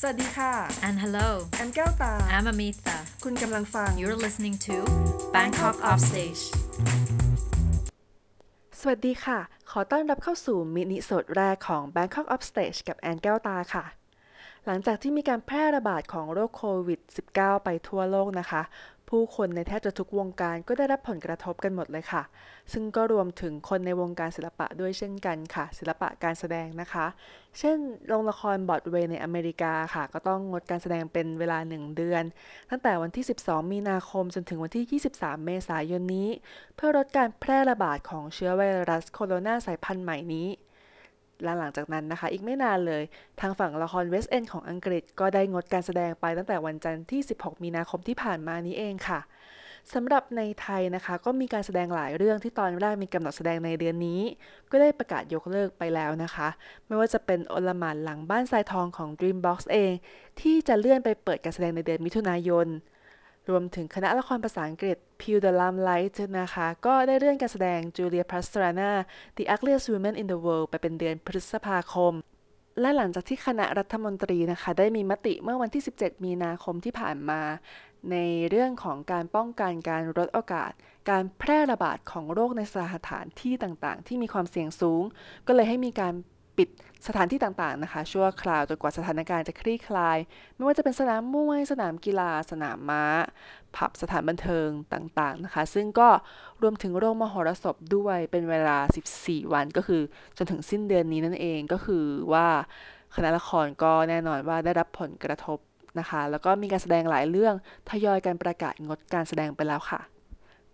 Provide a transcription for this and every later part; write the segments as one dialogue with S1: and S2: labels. S1: สวัสดีค่ะ
S2: And hello,
S1: แอนแก้วตา
S2: I'm Amitha.
S1: คุณกำลังฟัง
S2: You're listening to Bangkok Offstage.
S1: สวัสดีค่ะ ขอต้อนรับเข้าสู่มินิโซดแรกของ Bangkok Upstage กับแอนแก้วตาค่ะ หลังจากที่มีการแพร่ระบาดของโรคโควิด -19 ไปทั่วโลกนะคะ ผู้คนในแทบจะทุกวงการก็ได้รับผลกระทบกันหมดเลยค่ะ ซึ่งก็รวมถึงคนในวงการศิลปะด้วยเช่นกันค่ะ ศิลปะการแสดงนะคะ เช่นโรงละครบอดเวย์ในอเมริกาค่ะ ก็ต้องงดการแสดงเป็นเวลา 1 เดือน ตั้งแต่วันที่ 12 มีนาคมจนถึงวันที่ 23 เมษายนนี้ เพื่อลดการแพร่ระบาดของเชื้อไวรัสโคโรนาสายพันธุ์ใหม่นี้ และหลังจากนั้นนะคะ อีกไม่นานเลย ทางฝั่งละครเวสเอนของอังกฤษก็ได้งดการแสดงไปตั้งแต่วันจันทร์ที่ 16 มีนาคมที่ผ่านมานี้เองค่ะสำหรับในไทยนะคะ ก็มีการแสดงหลายเรื่องที่ตอนแรกมีกำหนดแสดงในเดือนนี้ ก็ได้ประกาศยกเลิกไปแล้วนะคะ ไม่ว่าจะเป็นโอลหมานหลังบ้านทรายทองของ Dreambox เอง ที่จะเลื่อนไปเปิดการแสดงในเดือนมิถุนายน รวมถึงคณะละครภาษาอังกฤษ Peel the Limelight นะคะ ก็ได้เลื่อนการแสดง Julia Pastrana The Ugliest Woman in the World ไปเป็นเดือนพฤษภาคม และหลังจากที่คณะรัฐมนตรีนะคะ ได้มีมติเมื่อวันที่ 17 มีนาคมที่ผ่านมา ในเรื่องของการป้องกันการลดโอกาส การแพร่ระบาดของโรคในสถานที่ต่างๆ ที่มีความเสี่ยงสูง ก็เลยให้มีการปิดสถานที่ต่างๆนะคะ ชั่วคราวจนกว่าสถานการณ์จะคลี่คลาย ไม่ว่าจะเป็นสนามมวย สนามกีฬา สนามม้า ผับสถานบันเทิงต่างๆนะคะ ซึ่งก็รวมถึงโรงมหรสพด้วยเป็นเวลา 14 วันก็คือจนถึงสิ้นเดือนนี้นั่นเองก็คือว่าคณะละครก็แน่นอนว่าได้รับผลกระทบนะคะ แล้วก็มีการแสดงหลายเรื่องทยอยการประกาศงดการแสดงไปแล้วค่ะ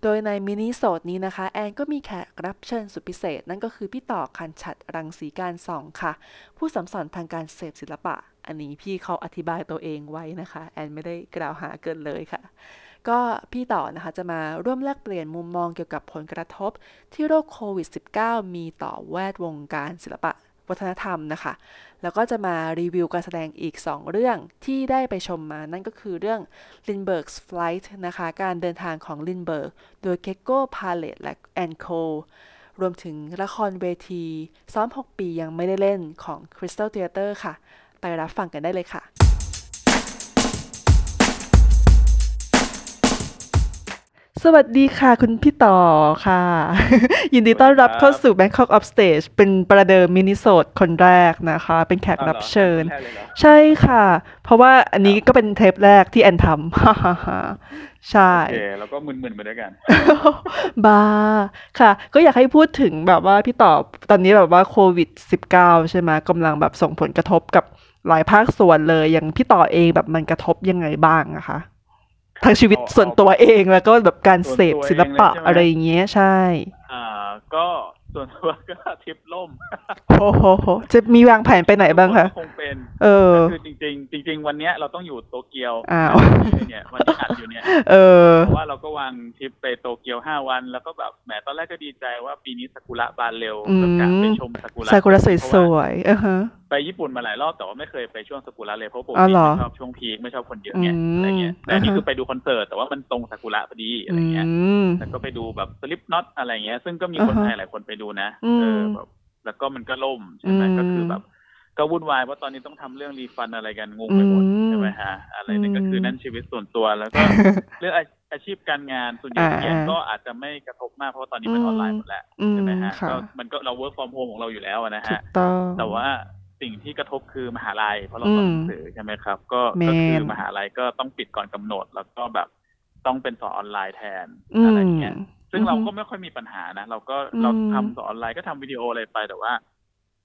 S1: โดยในมินิโสดนี้นะคะ แอนก็มีแขกรับเชิญสุดพิเศษ นั่นก็คือพี่ต่อคันฉัดรังสีการส่องค่ะ ผู้สัมสอนทางการเสพศิลปะ อันนี้พี่เขาอธิบายตัวเองไว้นะคะ แอนไม่ได้กล่าวหาเกินเลยค่ะ ก็พี่ต่อนะคะจะมาร่วมแลกเปลี่ยนมุมมองเกี่ยวกับผลกระทบ ที่โรคโควิด -19 มีต่อแวดวงการศิลปะวัฒนธรรมนะคะ แล้วก็จะมารีวิวการแสดงอีก 2 เรื่องที่ได้ไปชมมา นั่นก็คือเรื่อง Lindbergh's Flight นะคะ การเดินทางของ Lindbergh โดย k e k o p a l e t และ and Co รวมถึงละครเวที ซ้อม 6 ปียังไม่ได้เล่นของ Crystal Theater ค่ะ ไปรับฟังกันได้เลยค่ะ สวัสดีค่ะ คุณพี่ต่อค่ะ ยินดีต้อนรับ
S3: สวัสดีครับ
S1: เข้าสู่ Bangkok Up Stage เป็นประเดิมมินิโซดคนแรกนะคะ เป็นแขก
S3: อ้าวหอ
S1: รับเชิญ
S3: แค่เลยเหรอ
S1: ใช่ค่ะ เพราะว่าอันนี้ก็เป็นเทปแรกที่แอนทำ ฮ่าฮ่าฮ่าใช่
S3: โอเคแล้วก็มึนๆไปด้วยกัน
S1: บ้าค่ะ ก็อยากให้พูดถึงแบบว่าพี่ต่อตอนนี้แบบว่าโควิด -19 ใช่ไหมกำลังแบบส่งผลกระทบกับหลายภาคส่วนเลย อย่างพี่ต่อเองแบบมันกระทบยังไงบ้างอะคะทั้งชีวิต
S3: เอา
S1: ส่วนตัวเองแล้วก็แบบการเสพ
S3: ส่
S1: ศิ
S3: วนตัวเอง
S1: ลปะ
S3: เลยใช่ไหม
S1: อะไรอย่างเงี้ยใช่
S3: อ่า ก็ส่วนตัวก็ทริปล่ม
S1: โอ้โหโหจะมีวางแผนไปไหนบ้างคะ
S3: ก็คงเป็น
S1: เออ
S3: คือจริง ๆ จริง ๆ วันเนี้ยเราต้องอยู่โตเกียว
S1: อ้าว
S3: เนี่ยวันที่อัดอยู่เนี่ย
S1: เออ
S3: เพราะว่าเราก็วางทริปไปโตเกียวห้าวัน แล้วก็แบบแหมตอนแรกก็ดีใจว่าปีนี้ซากุระบานเร็ว
S1: อืม
S3: ก็กะไปชมซากุระ
S1: ซากุระส
S3: เพาะ
S1: วยๆเออฮะ
S3: าไปญี่ปุ่นมาหลายรอบแต่ว่าไม่เคยไปช่วงซากุระเลยเพราะผม
S1: อ๋อเหรอ
S3: ชอบช่วงพีคไม่ชอบคนเยอะไง
S1: อืม
S3: อะไรเงี้ยแต่อันนี่
S1: อ่าฮะ
S3: คือไปดูคอนเสิร์ตแต่ว่ามันตรงซากุระพอดีอะไร
S1: อื
S3: เงี้ย
S1: ม
S3: แล้วก็ไปดูแบบสลิปน็อตอะไรเงี้ย ซึ่งก็มีคน
S1: อ่าฮะ
S3: ไทยหลายคนไปดูนะ
S1: อืม
S3: เออแบบแล้วก็มันก็ล่มใช่ไหม
S1: อืม
S3: ก็คือแบบ ก็วุ่นวายเพราะตอนนี้ต้องทำเรื่องรีฟันอะไรกันงงไปหมด
S1: อืม
S3: ใช่ไหมฮะอะไรเนี่ยก็คือนั่นชีวิตส่วนตัวแล้วก็ เรื่องอาอาชีพการงานส่วนใหญ่
S1: อ่า
S3: เขียน
S1: อ่า
S3: ก็อาจจะไม่กระทบมากเพราะว่าตอนนี้มัน
S1: อืม
S3: ออนไลน์หมดแล้ว
S1: อืม
S3: ใช่ไหมฮะ
S1: ค่ะ
S3: ก็มันก็เราเวิร์กฟอร์มโฮมของเราอยู่แล้วอะนะ
S1: ถูก
S3: ฮะ
S1: ต้อง
S3: แต่ว่าสิ่งที่กระทบคือมหาลัยเพราะเราสอนหนังสือใช่ไหมครับ ก็ก็
S1: แม
S3: คือน มหาลัยก็ต้องปิดก่อนกำหนด แล้วก็แบบต้องเป็นสอนออนไลน์แทน
S1: อื
S3: อะไร
S1: ม
S3: เงี้ย ซึ่งเราก็ไม่ค่อยมีปัญหานะ เราก็
S1: อืม
S3: เราทำสอนออนไลน์ก็ทำวิดีโออะไรไปแต่ว่า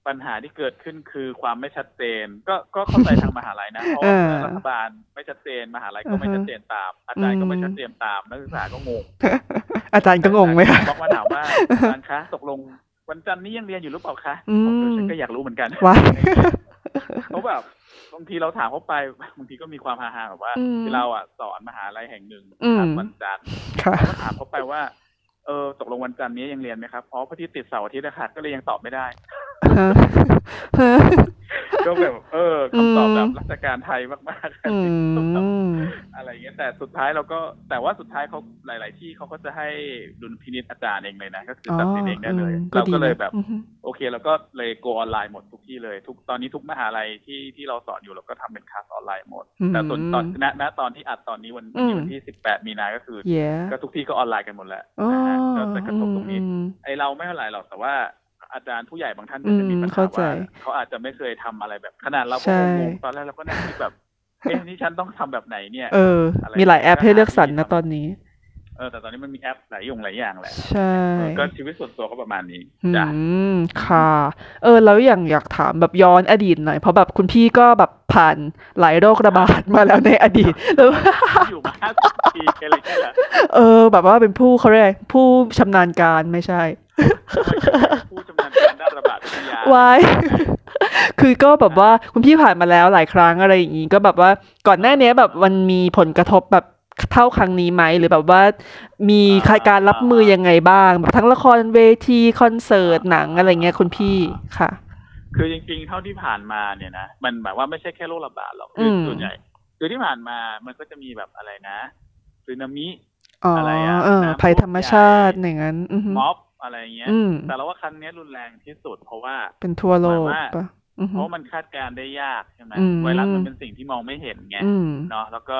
S3: ปัญหาที่เกิดขึ้นคือความไม่ชัดเจน ก็ก็เข้าใจทางมหาลัย นะเพราะว่ารัฐบาลไม่ชัดเจนมหาลัยก็ไม่ชัดเจนตาม อาจารย์ก็ไม่ชัดเจนตามนักศึกษาก็งง
S1: อาจารย์ก็งงไหมคะ
S3: บางวันถามว่าอาจารย์คะตกลงวันจันทร์นี้ยังเรียนอยู่หรือเปล่าคะ
S1: อืม
S3: ผมก็ฉันก็อยากรู้เหมือนกัน
S1: ว้าย
S3: เขาะแบบบางทีเราถามเขาไปบางทีก็มีความฮาๆแบบว่า
S1: อืม
S3: คือเราอ่ะสอนมหาลัยแห่งหนึ่ง
S1: อืม
S3: ครับวันจันทร์
S1: ค่ะ
S3: ก็ถาม เขาไปว่า เออตกลงวันจันทร์นี้ยังเรียนไหมครับ อ๋อพอดีติดเสาร์อาทิตย์นะคะก็เลยยังตอบไม่ได้
S4: ฮะฮะ
S3: ก็แบบเออคำตอบ
S4: อืม
S3: แบบราชการไทยมากๆ
S4: อืม
S3: อะไรเงี้ยแต่สุดท้ายเราก็แต่ว่าสุดท้ายเขาหลาย ๆ ที่เขาก็จะให้ดุลพินิจอาจารย์เองเลยนะ ก็คืออตัดสินเองได้เลย
S4: ม
S3: เราก็เลย
S4: ดีนะ
S3: แบบ
S4: อือฮึ
S3: โอเคเราก็เลย go ออนไลน์หมดทุกที่เลยทุกตอนนี้ทุกมหาลัยที่ที่เราสอนอยู่เราก็ทำเป็นคลาสออนไลน์หมด
S4: อืม
S3: แต่ส่วนตอนณณตอนที่อัดตอนนี้วัน
S4: อืม
S3: วันที่สิบแปดมีนาก็คือ
S4: เย้
S3: ก็ทุกที่ก็ออนไลน์กันหมดแล้ว
S4: อ๋อ
S3: นะฮะก็จะกระทบตรงนี้
S4: อืม
S3: ไอเราไม่เท่าไหร่หรอกแต่ว่าอาจารย์ผู้ใหญ่บางท่าน
S4: อื
S3: ก็
S4: ม
S3: จะมีปัญหา
S4: เข้าใจ
S3: ว่าเขาอาจจะไม่เคยทำอะไรแบบขนาดเรา
S4: ใช่
S3: ก็งงๆตอนแรกเราก็นั่งคิดแบบเอ๊ะนี่ฉันต้องทำแบบไหนเนี่ย
S4: เออ
S3: อะไร
S4: มีหลายแอปให้เลือกสรร
S3: หาวิธี
S4: นะ
S3: ทำ
S4: ตอนนี้
S3: เออแต่ตอนนี้มันมีแอปหลายอย่างหลายอย่างแหละ
S4: ใช่
S3: เออก็ชีวิตส่วนตัวก็ประมาณนี้
S4: อื
S3: จ้ะ
S4: มค่ะ เออ แล้วอย่างอยากถามแบบย้อนอดีตหน่อย เพราะแบบคุณพี่ก็แบบผ่านหลายโรคระบาดมาแล้วในอดีตแล้ว
S3: อยู่มาห้าสิบปีอะไรอย่างเงี้ยแหละ
S4: เออ แบบว่าเป็นผู้เขาเรียกอะไรผู้ชำนาญการไม่ใช่
S3: ผู้ชำนาญการด้านระบาดวิทยา
S4: ไว้ คือก็แบบว่าคุณพี่ผ่านมาแล้วหลายครั้งอะไรอย่างนี้ก็แบบว่าก่อนหน้าเนี้ยแบบมันมีผลกระทบแบบเท่าครั้งนี้ไหมหรือแบบว่า มี
S3: อ่า
S4: การรับมือยังไงบ้างแบบทั้งละครเวทีคอนเสิร์ตหนังอะไรเงี้ยคุณพี่ค่ะ
S3: คือจริงๆ เท่าที่ผ่านมาเนี่ยนะมันแบบว่าไม่ใช่แค่โรคระบาดหรอกคืออ
S4: ม
S3: ส่วนใหญ่คือที่ผ่านมามันก็จะมีแบบอะไรนะซึนามิ
S4: อ๋ออะไร
S3: อ่ะ
S4: เออ
S3: น้ำ
S4: ภัยธรรมชาติ
S3: ท่วมใหญ่
S4: อย่างนั้น อือฮึ
S3: ม็อบอะไรอย่างเงี้ย
S4: อืม
S3: แต่เราว่าครั้งเนี้ยรุนแรงที่สุดเพราะว่า
S4: เป็นทั่วโลก
S3: หมายว่า
S4: ปะอือ
S3: เพ
S4: ฮึ
S3: ราะมันคาดการณ์ได้ยากใช่ไหม
S4: อืม
S3: ไวรัสมันเป็นสิ่งที่มองไม่เห็นไง
S4: อืม
S3: เนาะแล้วก็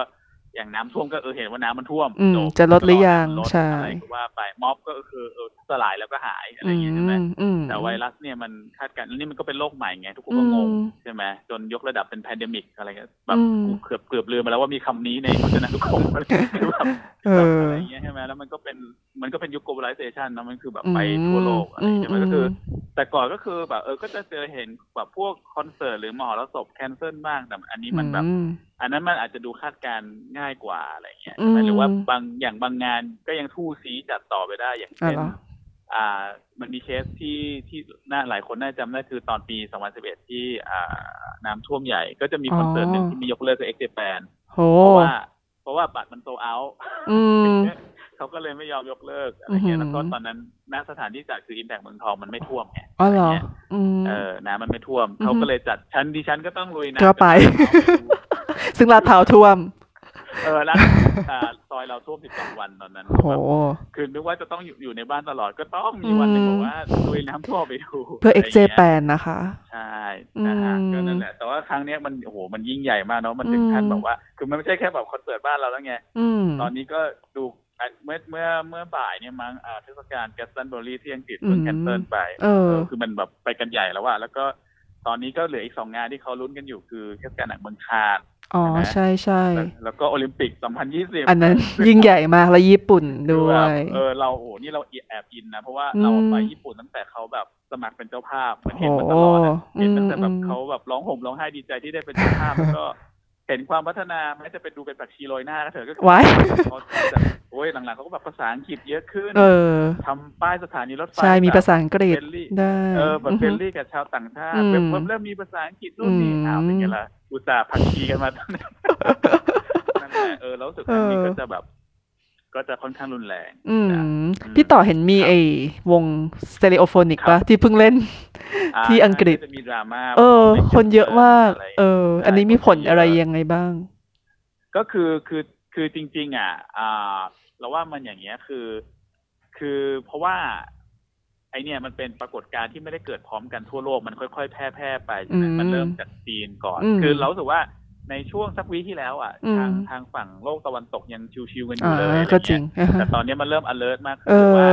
S3: อย่างน้ำท่วมก็เออเห็นว่าน้ำมันท่วม
S4: อืม
S3: จบ
S4: จะลดหรือยัง
S3: ก็รน้ำลด
S4: ใช่
S3: อะไรก็ว่าไปม็อบก็คือเออสลายแล้วก็หายอะไรอ
S4: อื
S3: ย่างเงี้ยใช่ไหม
S4: มอืม
S3: แต่ไวรัสเนี่ยมันคาดการณ์แล้วนี่มันก็เป็นโรคใหม่ไงทุกคนก็งง
S4: อืม
S3: ใช่ไหมจนยกระดับเป็น p พ n d e m i c อะไรเงี้ยแบบ
S4: อืม
S3: เกือบเกือบลืมไปแล้วว่ามีคำนี้ในพจนานุกรมอะไรเงี้ย แบบ
S4: เออ
S3: อะไรอย่างเงี้ยใช่ไหมแล้วมันก็เป็นมันก็เป็นยุค globalization เนอะมันคือแบบไปทั่วโลกอะไร
S4: อืม
S3: ใช่ไหมก็คือ
S4: ม
S3: แต่ก่อนก็คือแบบเออ ก็จะเจอเห็นแบบพวกคอนเสิร์ตหรือมหรสพแคนเซิลบ้าง แต่อันนี้มันแบบ
S4: อืม
S3: อันนั้นมันอาจจะดูคาดการณ์ง่ายกว่าอะไรเงี้ยใช่ไหม
S4: อืม
S3: หรือว่าบางอย่างบางงานก็ยังทู่ซีจัดต่อไปได้อย่าง
S4: อ่ะ
S3: เช่น
S4: เหรอ
S3: อ่า มันมีเคสที่ที่น่าหลายคนน่าจำได้คือตอนปี 2011 ที่อ่าน้ำท่วมใหญ่ ก็จะมีคอนเสิร์ตหนึ่งที่มียกเลิกกับเอ็กเจแปน
S4: โห
S3: เพราะว่า เพราะว่าบัตรมันโซเอา
S4: อืม
S3: เขาก็เลยไม่ยอมยกเลิกอะไรเงี้ยแล้วก็
S4: อือหือ
S3: ตอนนั้นณสถานที่จัดคืออิมแพกเมืองทองมันไม่ท่วมไง
S4: อ๋อเหรอ
S3: เนี่ย
S4: อืม
S3: เออ น้ำมันไม่ท่วม
S4: อือฮึ
S3: เขาก็เลยจัดชั้นดิฉันก็ต้องลุยน้ำ
S4: ก็ ไป ซึ่งลาดพร้าวท่วม
S3: เออแล้วอ่าซอยเราท่วม 12 วันตอนนั้น
S4: โห
S3: แบบคือนึกว่าจะต้องอยู่อยู่ในบ้านตลอด ก็ต้องมีวันหนึ่ง
S4: อืม
S3: บอกว่าลุยน้ำท่วมไปดู
S4: เพื่อเอ็กเจแป
S3: ด
S4: นนะคะ
S3: ใช่นะฮะ
S4: อืม
S3: ก็นั่นแหละ แต่ว่าครั้งเนี้ยมัน โอ้โห มันยิ่งใหญ่มากเนาะ มันถึงขั้น
S4: อืม
S3: แบบว่า คือมันไม่ใช่แค่แบบคอนเสิร์ตบ้านเราแล้วไง
S4: อืม
S3: ตอนนี้ก็ดูอ่ะเมื่อเมื่อเมื่อบ่ายเนี่ยมั้งอ่าเทศกาลแกสตันเบอรี่ที่อังกฤษ
S4: อืม
S3: เพิ่งแคนเซิลไป
S4: เออ
S3: คือมันแบบไปกันใหญ่แล้วว่า แล้วก็ตอนนี้ก็เหลืออีกสองงานที่เขาลุ้นกันอยู่คือเทศกาลหนังเมืองคาน
S4: อ๋อ ใช่ใช่
S3: แล้วแล้วก็โอลิมปิก 2020
S4: อันนั้นยิ่งใหญ่มากแล้วญี่ปุ่น
S3: คือ
S4: ด้ว
S3: แบ
S4: ย
S3: บเออเราโอ้โหนี่เราแอบอินนะ เพราะว่าเรา
S4: อืม
S3: ไปญี่ปุ่นตั้งแต่เขาแบบสมัครเป็นเจ้าภาพมัน
S4: โอ้
S3: เห็นมาตลอดอะเห็นตั้งแต่แบบ
S4: อืม
S3: เขาแบบร้องห่มร้องไห้ดีใจที่ได้เป็นเจ้าภาพแล้วก็เห็นความพัฒนาแม้จะเป็นดูเป็นปักชีโรยหน้าก็เถอะก็คือ
S4: ไว้
S3: เขาจะโอ้ยหลังๆเขาก็แบบภาษาอังกฤษเยอะขึ้น
S4: เออ
S3: ทำป้ายสถานีรถไฟ
S4: ใช่มีภาษาอังกฤษ
S3: เฟรนลี่
S4: ได้
S3: เออแบบ
S4: อือ
S3: เฟร
S4: ฮึ
S3: นลี่กับชาวต่างชา
S4: อื
S3: ติ
S4: ม
S3: เริ่มเริ่มมีภาษาอังกฤษนู่นนี่
S4: อืม
S3: อ้าวเป็นไงล่ะอุตส่าห์ผักชีกันมาตั้ง นานนั่นแหละเออแล้วรู้สึกอันนี้
S4: เออ
S3: ก็จะแบบ ก็จะค่อนข้างรุนแรง
S4: อืม
S3: จ้ะ
S4: พี่ต่อเห็นมีไอ้วงสเต r ร o โอโฟนิก
S3: ครั
S4: ปะ
S3: บ
S4: ที่เพิ่งเล่น ที่อังกฤษ
S3: าน่าจะมีดราม่า
S4: เออ
S3: พราะว่า
S4: คนเยอะมาก
S3: ะไร
S4: เออ อันนี้มีผลอะไรยังไงบ้าง
S3: ก็คือคือคือจริง ๆ อ่ะอ่าเราว่ามันอย่างเงี้ยคือ คือเพราะว่า ไอเนี่ยมันเป็นปรากฏการณ์ที่ไม่ได้เกิดพร้อมกันทั่วโลกมันค่อยๆ แพร่แพร่ไปใช่ไหม
S4: อืม
S3: มันเริ่มจากจีนก่อน
S4: อืม
S3: คือเรารู้สึกว่าในช่วงสักวีคที่แล้วอ่ะ
S4: อืม
S3: ทางทางฝั่งโลกตะวันตกยังชิวๆกันอ
S4: อ่า
S3: ยู่เลยอะไร
S4: ก็จริ
S3: เงี้
S4: ง
S3: ย
S4: อ่าฮะ
S3: แต่ตอนเนี้ยมันเริ่ม alert มากขึ้
S4: เอน
S3: เพราะว่า
S4: อ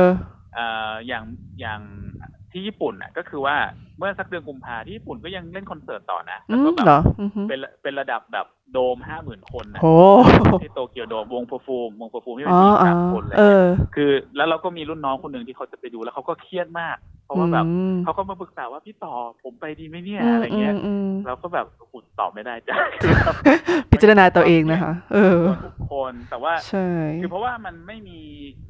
S3: เอ่ออย่างอย่างที่ญี่ปุ่นอ่ะ ก็คือว่าเมื่อสักเดือนกุมภาที่ญี่ปุ่นก็ยังเล่นคอนเสิร์ตต่อนะ
S4: อื
S3: แล้ว
S4: ม
S3: ก็แบบ
S4: เหรออือฮึ
S3: เป็นระเป็นระดับแบบโดมห้าหมื่นคนนะ
S4: โห
S3: ที่โตเกียวโดมวงเ e อร์ฟูมวงเ e อร์ฟูมที่เป็
S4: อ๋
S3: น
S4: อ
S3: ผู้หญิง
S4: อ๋อ
S3: สามคนเลย
S4: เออ
S3: คือแล้วเราก็มีรุ่นน้องคนหนึ่งที่เขาจะไปดูแล้วเขาก็เครียดมาก เพราะว่าแบบ
S4: อืม
S3: เขาก็มาปรึกษาว่าพี่ต่อผมไปดีไหมเนี่ยอะไรเงี้ย
S4: อืมอืม
S3: เราก็แบบขุดตอบไม่ได้ จ้ะ
S4: พิจารณาตัวเองนะคะ เออ
S3: ทุกคนแต่ว่า
S4: ใช่
S3: คือเพราะว่ามันไม่มี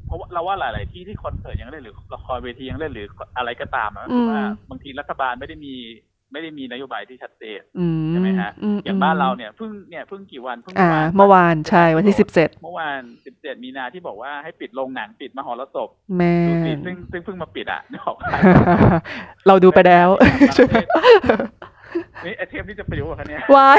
S3: เพราะว่าเราว่าหลาย ๆ ที่ที่คอนเสิร์ตยังเล่นหรือละครเวทียังเล่นหรืออะไรก็ตามอะก็คือว่าบางทีรัฐบาลไม่ได้มี ไม่ได้มีนโยบายที่ชัดเจน
S4: อืม
S3: ใช่ไหมฮะ
S4: อืม
S3: อย่างบ้านเราเนี่ยเพิ่งเนี่ยเพิ่งกี่วันเพิ่ง
S4: อ่า เมื่อวานใช่วันที่สิบเจ็ด
S3: เมื่อวานสิบเจ็ดมีนาที่บอกว่าให้ปิดโรงหนังปิดมหรสพ
S4: แม่
S3: ดูสิซึ่งซึ่งเพิ่งมาปิดอ่ะนึกออกปะ
S4: เราดูไปแล้วใช่ไหม
S3: นี่ไอเทปนี่จะไปอยู่กับเขาเนี่ย
S4: วาย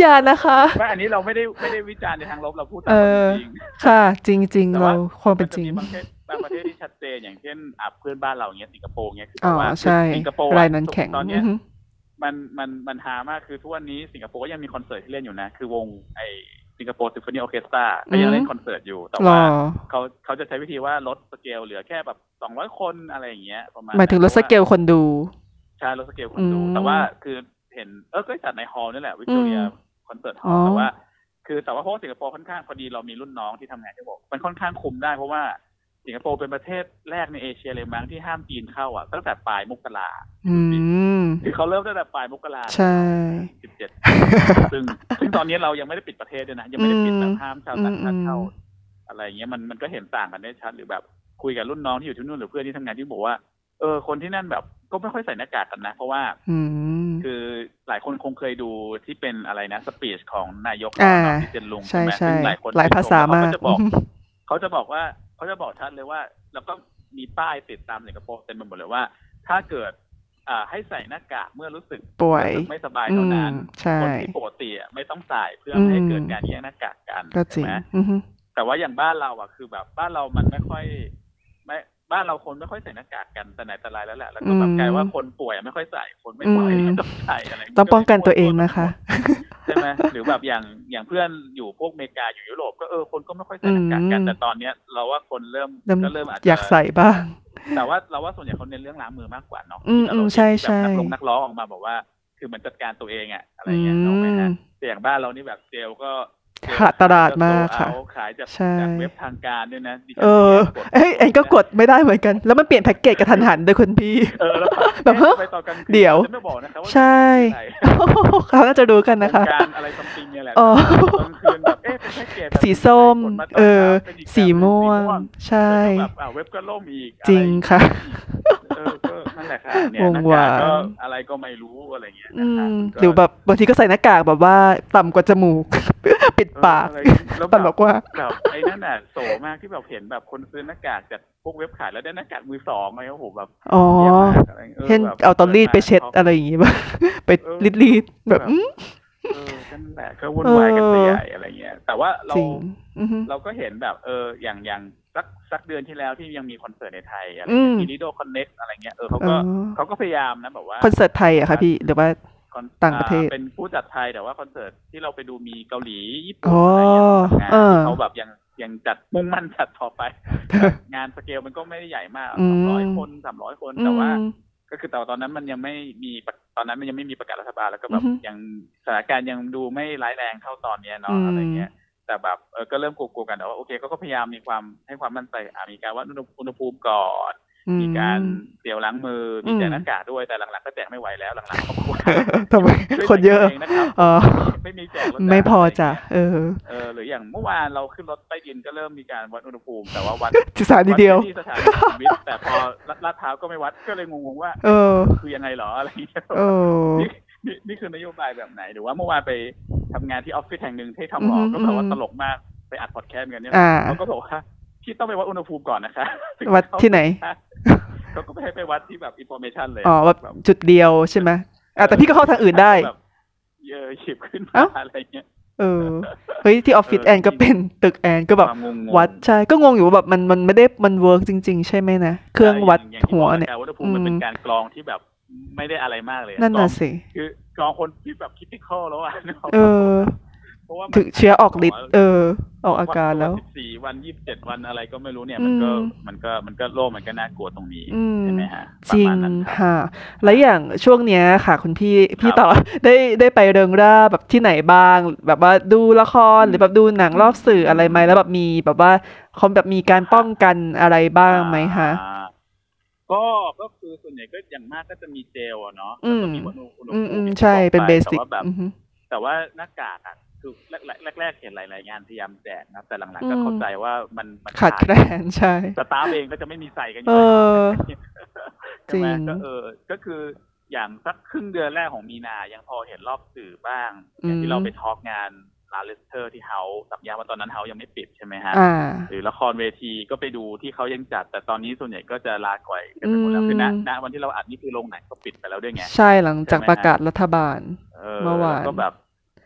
S4: อย่านะคะ
S3: ว่าอันนี้เราไม่ได้ไม่ได้วิจารณ์ในทางลบเราพูดตาม
S4: เอ
S3: ค
S4: อ
S3: วามจริง
S4: ค่ะ จริง
S3: แต่
S4: ๆ
S3: ว่า
S4: เราความ
S3: มั
S4: เป็น
S3: จะ
S4: จริง
S3: มีบางประเทศบางประเทศที่ชัดเจนอย่างเช่นอ่ะเพื่อนบ้านเราอย่างเงี้ยสิงคโปร์เงี้ยคือ
S4: อ๋
S3: แบบ
S4: อ
S3: ว่า
S4: ใช่
S3: สิงคโปร์อะ
S4: รายนั้นแข็ง
S3: ตอน
S4: อื
S3: เนี้
S4: อย ฮึ
S3: มันมันมันหามากคือทุกวันนี้สิงคโปร์ก็ยังมีคอนเสิร์ตที่เล่นอยู่นะ คือวงไอสิงคโปร์ซิมโฟนีออเคสตราก็ยังเล่นคอนเสิร์ตอยู่แต่
S4: หร
S3: ว่า
S4: อ
S3: เขาเขาจะใช้วิธีว่าลดสเกลเหลือแค่แบบสองร้อยคนอะไรอย่างเงี้ยประมาณ
S4: หมายถึงลดส
S3: นั้น
S4: เกลคนดู
S3: ใช่ลดสเกลคนดู
S4: อืม
S3: แต่ว่าคือเห็นเออก็จัดในฮอลล์นี่แหละวิกตอเรีย
S4: อืม
S3: คอนเสิร์ตฮ
S4: อ๋
S3: อล
S4: อ
S3: ล์แต่ว่า คือแต่ว่าเพราะว่าสิงคโปร์ค่อนข้างพอดีเรามีรุ่นน้องที่ทำงานที่บอกมันค่อนข้างคุมได้เพราะว่าสิงคโปร์เป็นประเทศแรกในเอเชียเลยมั้งที่ห้ามจีนเข้าอ่ะตั้งแต่ปลายมกรา
S4: อืม
S3: คือเขาเริ่มตั้งแต่ปลายมกรา
S4: ใช่
S3: สิบเจ็ดซึ่งซึ่งตอนนี้เรายังไม่ได้ปิดประเทศด้วยนะ ยังไม่ได้ปิดแบบห้ามชาวต่างชาติเข้า
S4: อืม
S3: อะไรอย่างเงี้ยมันมันก็เห็นต่างกันได้ชัดหรือแบบคุยกับรุ่นน้องที่อยู่ที่นู่นหรือเพื่อนที่ทำงานที่บอกว่าเออคนที่นั่นแบบก็ไม่ค่อยใส่หน้ากากกันนะ เพราะว่า
S4: อืม
S3: คือหลายคนคงเคยดูที่เป็นอะไรนะสปีชของนายก
S4: อ่า
S3: ที่เจนลุง
S4: ใช่
S3: ใช่ไหม
S4: ใช่
S3: ซึ่งหลายคน
S4: หลายภาษา
S3: เขา
S4: มาก
S3: ก็จะบอก เขาจะบอกว่าเขาจะบอกชัดเลยว่า แล้วก็มีป้ายติดตามสิงคโปร์เต็มไปหมดเลยว่า ถ้าเกิด อ่าให้ใส่หน้ากากเมื่อรู้สึก
S4: ป่วย
S3: รู้สึกไม่สบาย
S4: อื
S3: เท่าม นั้น
S4: ใช่
S3: คนที่ปกติอ่ะไม่ต้องใส่เพื่อไม่ให้เกิดการแย่งหน้ากากกัน
S4: ก็จริง
S3: ใช่ไหม
S4: อือฮึ
S3: แต่ว่าอย่างบ้านเราอ่ะคือแบบบ้านเรามันไม่ค่อย ไม่บ้านเราคนไม่ค่อยใส่หน้ากากกันแต่ไหนแต่ไรแล้วแหละแล้วก็แบบกลายว่าคนป่วยอะไม่ค่อยใส่คนไม่ป่วยก็ต้องใส่อะไรย่าเย
S4: ต้องป้องกันตัวเองนะคะ
S3: ใช่ไหมหรือแบบอย่างอย่างเพื่อนอยู่พวกอเมริกาอยู่ยุโรปก็เออคนก็ไม่ค่อยใส่หน้ากากกัน
S4: อืม
S3: แต่ตอนเนี้ย เราว่าคนเริ่ม
S4: เริ่ม
S3: ก็เริ่มอาจจะ
S4: อยากใส่บ้าง
S3: แต่ว่าเราว่าส่วนใหญ่เขาเน้นเรื่องล้างมือมากกว่าเนาะ
S4: อืมอืม
S3: ที่เราเห็น
S4: ใช่
S3: แบบนักล
S4: ใช่
S3: งนักร้องออกมาบอกว่า คือเหมันจัดการตัวเองอะอะไร
S4: อื
S3: เงี้ยเอาไหมฮะ
S4: ม
S3: แต่อย่างบ้านเรานี่แบบเจลก็เจล
S4: ขาดตลาดมากค่ะ
S3: เจลขายจาก
S4: ใช่
S3: จากเว็บทางการด้วยนะดิฉัน
S4: เออ
S3: ก็กด
S4: เอ้ยแอนก็กดไม่ได้เหมือนกัน แล้วมันเปลี่ยนแพ็กเกจกระทันหันด้วยคุณพี่
S3: เออแล้ว
S4: แบบเฮ้อ
S3: ไปต่อกัน
S4: เดี๋ยว
S3: จะไม่บอกนะคะว่า
S4: ใช่
S3: ไหน
S4: เขาน่าจะรู้กันนะคะ
S3: การอะไรซัมติงเนี่ยแหละ
S4: อ๋อ
S3: ตอนคืนแบบเอ๊ะเป็นแพ็กเกจแบบ
S4: สีส้ม
S3: กดาตน
S4: เออ
S3: ช้าเป็นกแบบ
S4: สีม่วง
S3: สี
S4: ใช่
S3: แล้วก็แบบอ่ะเว็บก็ล่มอีกอะไอ
S4: จริง
S3: ย่างเงี้ย
S4: ค่ะ
S3: เออก็นั่นแหละค่ะเนี่ยว
S4: ง
S3: หน้า
S4: ห
S3: กาว
S4: าก น
S3: ก็อะไรก็ไม่รู้อะไรเงี้ย
S4: อื
S3: นะคะ
S4: ม
S3: ก็
S4: หรือแบบบางทีก็ใส่หน้ากากแบบว่าต่ำกว่าจมูก ปิด
S3: เออ
S4: ปาก
S3: อะไรเงี้ยแล้ว
S4: ต
S3: แบบ
S4: ลกว่า
S3: แบบ ไอ้นั่นน่ะโสมากที่แบบเห็นแบบคนซื้อหน้ากากจากพวกเว็บขายแล้วได้หน้ากากมือสองอะไรโอ้โหแบบ
S4: อ๋อ
S3: เยี่ยมมากอะไรเงี้ย
S4: เช่น
S3: แบบ
S4: เอาตอนรีดไปเช็ด
S3: ช็อก
S4: อะไรอย่างงี้ป่ะ ไป
S3: เออ
S4: รีดรีดๆแบบ
S3: แ
S4: อืม
S3: เออนั่นแหละก็วุ่นวายกันไปใหญ่อะไรเงี้ย แต่ว่าเรา
S4: จริง อือฮึ
S3: เราก็เห็นแบบเอออย่างอย่างสักสักเดือนที่แล้วที่ยังมีคอนเสิร์ตในไทยอะไร
S4: อืม
S3: ทีนิโดคอนเน็กอะไรเงี้ยเออเขา
S4: อ๋
S3: ก็
S4: อ
S3: เขาก็พยายามนะแบบว่า
S4: คอนเสิร์ตไทยอะค่ะพี่หรือว่า
S3: คอน
S4: ต่างประเทศ
S3: อ่เป็นผู้จัดไทยแต่ว่าคอนเสิร์ตที่เราไปดูมีเกาหลีญี่ปุ่น
S4: อ๋ออ
S3: อะไรเงี้ยทำงาน
S4: เออ
S3: เขาแบบยังยังจัดมุ่งมั่นจัดต่อ ไป งานสเกลมันก็ไม่ได้ใหญ่มาก
S4: อื
S3: ส
S4: ม
S3: องร้อยคนสามร้อยคนแต่ว่า
S4: อืม
S3: ก็คือแต่ว่าตอนนั้นมันยังไม่มีประตอนนั้นมันยังไม่มีประกาศรัฐบาลแล้วก็แบบ
S4: อือฮึ
S3: ยังสถานการณ์ยังดูไม่ร้ายแรงเท่าตอนเนี้ย
S4: อื
S3: เนาะ
S4: ม
S3: อะไรเงี้ย แต่แบบเออก็เริ่มกลัวๆกันแต่ว่าโอเคก็ก็พยายามมีความให้ความมั่นใจอ่ะมีการวัดอุณหอุณหภูมิก่อน มีการเจลล้างมือมีแจกหน้ากากด้วยแต่หลังๆก็แจกไม่ไหวแล้วหลังๆเขาบอกว่า
S4: ทำไมคนเยอะ
S3: ช่วกังนะครับ
S4: อ๋อ
S3: ไม่มีแจกรถ
S4: ไม่พอจ้ะ
S3: ไรย่างเงี้ย
S4: เออ
S3: เออหรืออย่างเมื่อวานเราขึ้นรถใต้ดินก็เริ่มมีการวัดอุณหภูมิ แต่ว่าวัด
S4: ศึกษานิดเดียว
S3: วัที่สถานีสุขุมวิทแต่พอลาดพร้าวก็ไม่วัดก็เลยงงๆว่า
S4: เออ
S3: คือยังไงหรออะไรอย่างเงี้ย
S4: เออ
S3: นี่นี่นี่คือนโยบายแบบไหนหรือว่าเมื่อวานไปทำงานที่ออฟฟิศแห่งหนึ่งที่ทำหลอ
S4: อื
S3: ก
S4: อฮึ
S3: ก็แบบว่า
S4: อือฮึ
S3: ตลกมากไปอัดพอดแคสต์กันเนี่ย
S4: อ่า
S3: เขาก็บอกว่าพี่ต้องไปวัดอุณหภูมิก่อนนะคะถึง
S4: วัดที่ไหน
S3: เขาก็ไปให้ไปวัดที่แบบอินโฟเมชันเลย
S4: อ๋อแบบจุดเดียวใช่ไหมอ่ะแต่พี่ก็เข้าทางอื่นได้
S3: แบบเยอะหยิบขึ้น
S4: เอ้า
S3: มาอะไรเงี้ย
S4: เออ เฮ้ยที่ออฟฟิศ
S3: เออ
S4: แอนก็
S3: จริง
S4: เป็นตึกแอนก็แบบ
S3: ความงง
S4: วัดใช่ ก็งงอยู่ว่าแบบมันมันไม่ได้มันเวิร์กจริง ๆ ใช่ไหมนะ เครื่องวัดหัวเนี่ย
S3: การวัดอุณหภูมิมัน
S4: อืม
S3: เป็นการกรองที่แบบไม่ได้อะไรมากเลยอะ
S4: นั่น
S3: กรอ
S4: น่ะ
S3: ง
S4: สิ
S3: คือกรองคนที่แบบคิดติคอล แล้วอ่ะนึกกปะ
S4: เออ
S3: เพราะว่ามัน
S4: ถึงเชื้อออกฤทธิ์เออ ออกอาการแล้ว
S3: สิบสี่วันยี่สิบเจ็ดวันอะไรก็ไม่รู้เนี่ยมันก็
S4: อืม
S3: มันก็มันก็โลกมันก็น่ากลัวตรงนี้
S4: อืม
S3: ใช่ไหมฮะ
S4: จริ
S3: ปะ
S4: ง
S3: มาณนั้นครับ
S4: ค่ะ แล้วอย่างช่วงเนี้ยค่ะ คุณพี่พี่
S3: ครับ
S4: ต่อ ได้ได้ไปเริงร่าแบบที่ไหนบ้าง แบบว่าดูละคร
S3: อืม
S4: หรือแบบดูหนังรอบสื่ออะไรไหมแล้วแบบมีแบบว่าเขาแบบมีการป้องกันอะไรบ้างไหมคะ
S3: อ่าก็ก็คือส่วนใหญ่ก็อย่างมากก็จะมีเจลอะเนาะ
S4: อื
S3: แล้ว
S4: ม
S3: ก็มีอุณหภูมิ
S4: อืมอืมใช่เป็นเบสิก
S3: แต่ว่าแบบ
S4: อือฮึ
S3: แต่ว่าหน้ากากอ่ะคือแรกแรกแรกๆเห็นหลายๆงานพยายามแจกนะครับ แต่หลังๆก็
S4: อืม
S3: เข้าใจว่ามันมัน
S4: ขาดแคลนใช่
S3: สตาฟเองก็จะไม่มีใส่กันอ
S4: เอยู่
S3: แล้ว
S4: อ
S3: ใช่ไหม
S4: จริง
S3: ก็เออก็คือ อย่างสักครึ่งเดือนแรกของมีนา ยังพอเห็นรอบสื่อบ้าง
S4: อืม
S3: อย่างที่เราไปทอล์กงานลาเลสเตอร์ที่เฮาสัปยาห์ว่าตอนนั้นเฮายังไม่ปิดใช่ไหมฮะ
S4: อ่า
S3: หรือละครเวทีก็ไปดูที่เขายังจัด แต่ตอนนี้ส่วนใหญ่ก็จะลาก่อยกันไปหมดแล้ว
S4: อืม
S3: คือณณวันที่เราอัดนี่คือโรงหนังก็ปิดไปแล้วด้วยไง
S4: ใช่หลังจากประกาศรัฐบาล
S3: เออ
S4: เมื่อวาน
S3: แล้วก็แบบ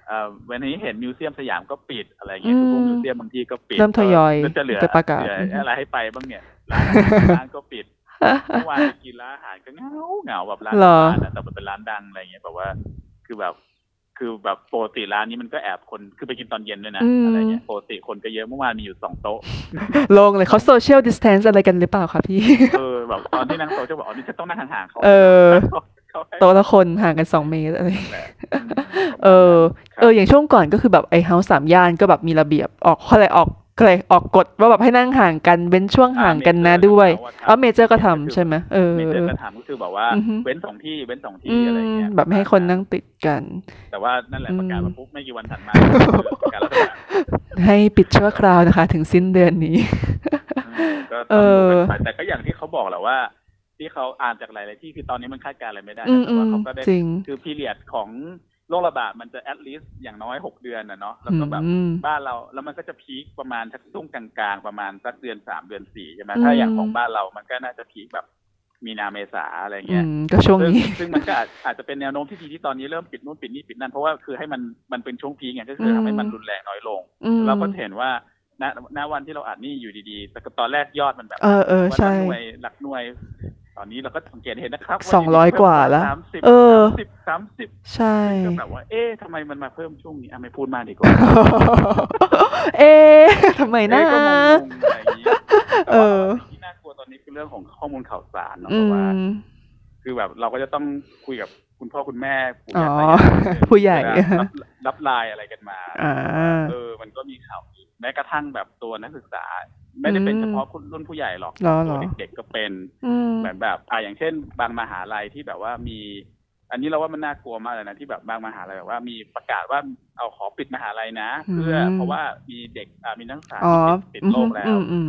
S3: เอ่อวันนี้เห็นมิวเซียมสยามก็ปิดอะไรเงี้ย
S4: อืม
S3: คือพวกมิวเซียมบางที่ก็ปิด
S4: เริ่มทยอย
S3: ก็จะเหลือ
S4: จะประกาศ
S3: เหลืออะไรให้ไปบ้างเนี่ยร้านอาหารร้านก็ปิดเมื่อวานไปกินร้านอาหารก็เหงาเหงาแบบร้าน
S4: เหรอ
S3: ร้านอะแต่มันเป็นร้านดังอะไรเงี้ยแบบว่า คือแบบ คือแบบปกติร้านนี้มันก็แอบคนคือไปกินตอนเย็นด้วยนะ
S4: อืม
S3: อะไรเงี้ยปกติคนก็เยอะเมื่อวานมีอยู่สองโต๊ะ
S4: ลงเลยเขาโซเชียลดิสแทนซ์อะไรกันหรือเปล่าคะพี่
S3: เออแบบตอนที่นั่งโต๊ะจะบอกอ๋อนี่จะต้องนั่งห่างๆเขา
S4: เออ
S3: เขาให้
S4: โต๊ะละคนห่างกันสองเมตรอะไร
S3: แหละ
S4: เออ เออ อย่างช่วงก่อนก็คือแบบไอเฮาสามย่านก็แบบมีระเบียบออกข้ออะไรออกอะไรออกกฎว่าแบบให้นั่งห่างกันเว้นช่วงห่างกันนะด้วยอ๋อเมเจอร์ก็ทำใช่ไหมเออ
S3: เมเจอร์ก็ทำก็คือแบบว่า
S4: อือฮึ
S3: เว้นสองที่เว้นสอง
S4: อื
S3: ที่อะไร
S4: ม
S3: เงี้ย
S4: แบบไม่ให้คนนั่งติดกัน
S3: แต่ว่านั่นแหละ
S4: อืม
S3: ประกาศมาปุ๊บไม่กี่วันถัดมาก็เกิดประการรัฐประหาร
S4: ให้ปิดชั่วคราวนะคะ ถึงสิ้นเดือนนี้
S3: อืมก็
S4: เอ
S3: ทำ
S4: อ
S3: ดูกันไปแต่ก็อย่างที่เขาบอกแหละว่า ที่เขาอ่านจากหลายๆที่คือตอนนี้มันคาดการณ์อะไรไม่ได้
S4: อื
S3: นะ
S4: ม
S3: แต่ว่าเขาก็ได้
S4: จริง
S3: คือพีเรียดของโรคระบาดมันจะ at least อย่างน้อยหกเดือนนะเนาะแล้วก็แบบ
S4: อืม
S3: บ้านเราแล้วมันก็จะพีคประมาณสักช่วงกลางๆ ประมาณสักเดือนสามเดือนสี่ใช่ไหม
S4: อืม
S3: ถ้าอย่างของบ้านเรามันก็น่าจะพีคแบบมีนาเมษาอะไร
S4: อื
S3: เงี้ย
S4: มก็ช่วง
S3: ซึ่ง
S4: นี้
S3: ซึ่งมันก็อาจอาจจะเป็นแนวโน้มที่ดีที่ตอนนี้เริ่มปิดนู่นปิดนี่ปิดนั่นเพราะว่าคือให้มันมันเป็นช่วงพีคไงก็คือ
S4: ม
S3: ทำให้มันรุนแรงน้อยลง
S4: อืม
S3: เราก็เห็นว่าณณวันที่เราอัดนี่อยู่ดีๆแต่ก็ตอนแรกยอดมันแบบ
S4: เออเออ
S3: ว่า
S4: ใช่
S3: หลักหน่วยหลักหน่วย ตอนนี้เราก็สังเกตเห็นนะครับว่า
S4: สองร้อยกว่าแล้ว
S3: สามสิบ
S4: เออ
S3: สามสิบสามสิบ
S4: ใช่
S3: ก็แบบว่าเอ๊ะทำไมมันมาเพิ่มช่วงนี้อ่ะไม่พูดมากดีกว่า
S4: เอ๊ะทำไมนะ
S3: เอ๊ก็งงๆอะไรอย่างงี้
S4: เออ
S3: แต่ว่าสิ่งที่น่ากลัวตอนนี้คือเรื่องของข้อมูลข่าวสารเนอะ
S4: อื
S3: เพราะว่า
S4: ม
S3: คือแบบเราก็จะต้องคุยกับคุณพ่อคุณแม่ผู้ให
S4: อ๋
S3: ญ่
S4: อผู้ใหญ่
S3: รับรับไลน์อะไรกันมา
S4: อ่า
S3: เออ มันก็มีข่าวดีแม้กระทั่งแบบตัวนักศึกษา ไม่ได้เป็น
S4: อืม
S3: เฉพาะคุณรุ่นผู้ใหญ่หรอก
S4: เหรอเหร
S3: ตั
S4: อ
S3: วเด็กๆก็เป็น
S4: อืม
S3: เหมือนแบบอ่าอย่างเช่น บางมหาลัยที่แบบว่ามี อันนี้เราว่ามันน่ากลัวมากเลยนะที่แบบบางมหาลัยแบบว่ามีประกาศว่าเอาขอปิดมหาลัยนะ เพื่ออ
S4: ม
S3: เพราะว่ามีเด็กอ่ามีนักศึกษา
S4: อ๋อ
S3: ที่ติดติดโรคแล้ว
S4: อืมอืม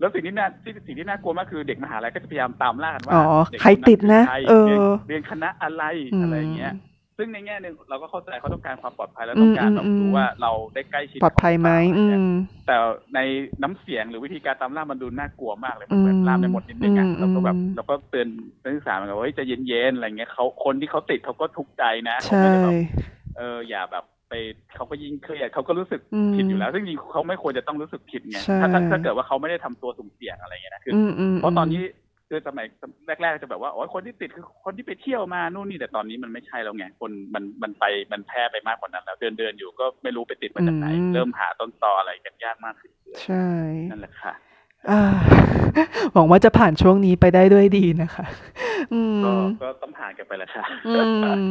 S3: แล้วสิ่งที่น่าที่สิ่งที่น่ากลัวมากคือเด็กมหาลัยก็จะพยายามตามล่ากันว่า
S4: อ๋อ
S3: เด็ก
S4: ใครติดนะ
S3: ค
S4: เออ
S3: รียนเรียนคณะอะไรอะไรอย่างเงี้ย ซึ่งในแง่หนึ่งเราก็เข้าใจเขาต้องการความปลอดภัยและต้องการแบบรู้ว่าเราได้ใกล้ชิด
S4: ปลอดภัยไหม
S3: เขา
S4: อื
S3: รืเปล่าอะไรเงี้ย
S4: ม
S3: แต่ในน้ำเสียงหรือวิธีการตามล่ามันดูน่ากลัวมากเลยมันเหมือนล่าไปหมดนิดนึงอ่ะ
S4: อืม
S3: เราก็แบบ
S4: อืม
S3: เราก็เตือนนักศึกษาเหมือนกันว่าเฮ้ยใจะเย็นๆอะไรเงี้ยเขาคนที่เขาติดเขาก็ทุกข์ใจนะเขา
S4: ใช่
S3: ไม่ได้แบบ เอออย่าแบบไปเขาก็ยิ่งเครียดเขาก็รู้สึก
S4: อืม
S3: ผิดอยู่แล้วซึ่งจริงๆเขาไม่ควรจะต้องรู้สึกผิดไง
S4: ใช่
S3: ถ้าถ้าถ้าเกิดว่าเขาไม่ได้ทำตัวสุ่มเสี่ยงอะไรเงี้ยนะคืออ
S4: อืมอืม
S3: เพราะตอนนี้คือสมัยแรก ๆ จะแบบว่าโอ้ยคนที่ติดคือคนที่ไปเที่ยวมานู่นนี่แต่ตอนนี้มันไม่ใช่แล้วไงคนมันมันไปมันแพร่ไปมากกว่านั้นแล้วเดินเดินอยู่ก็ไม่รู้ไปติดมาจากไหน เริ่มหาต้นตออะไรกันยากมากขึ้นเรื่อย
S4: ใช่
S3: ๆนั่นแหละค่ะ
S4: อ่า หวังว่าจะผ่านช่วงนี้ไปได้ด้วยดีนะคะ อืม
S3: ก็ก็ต้องผ่านกันไปแหละค่ะ
S4: อืม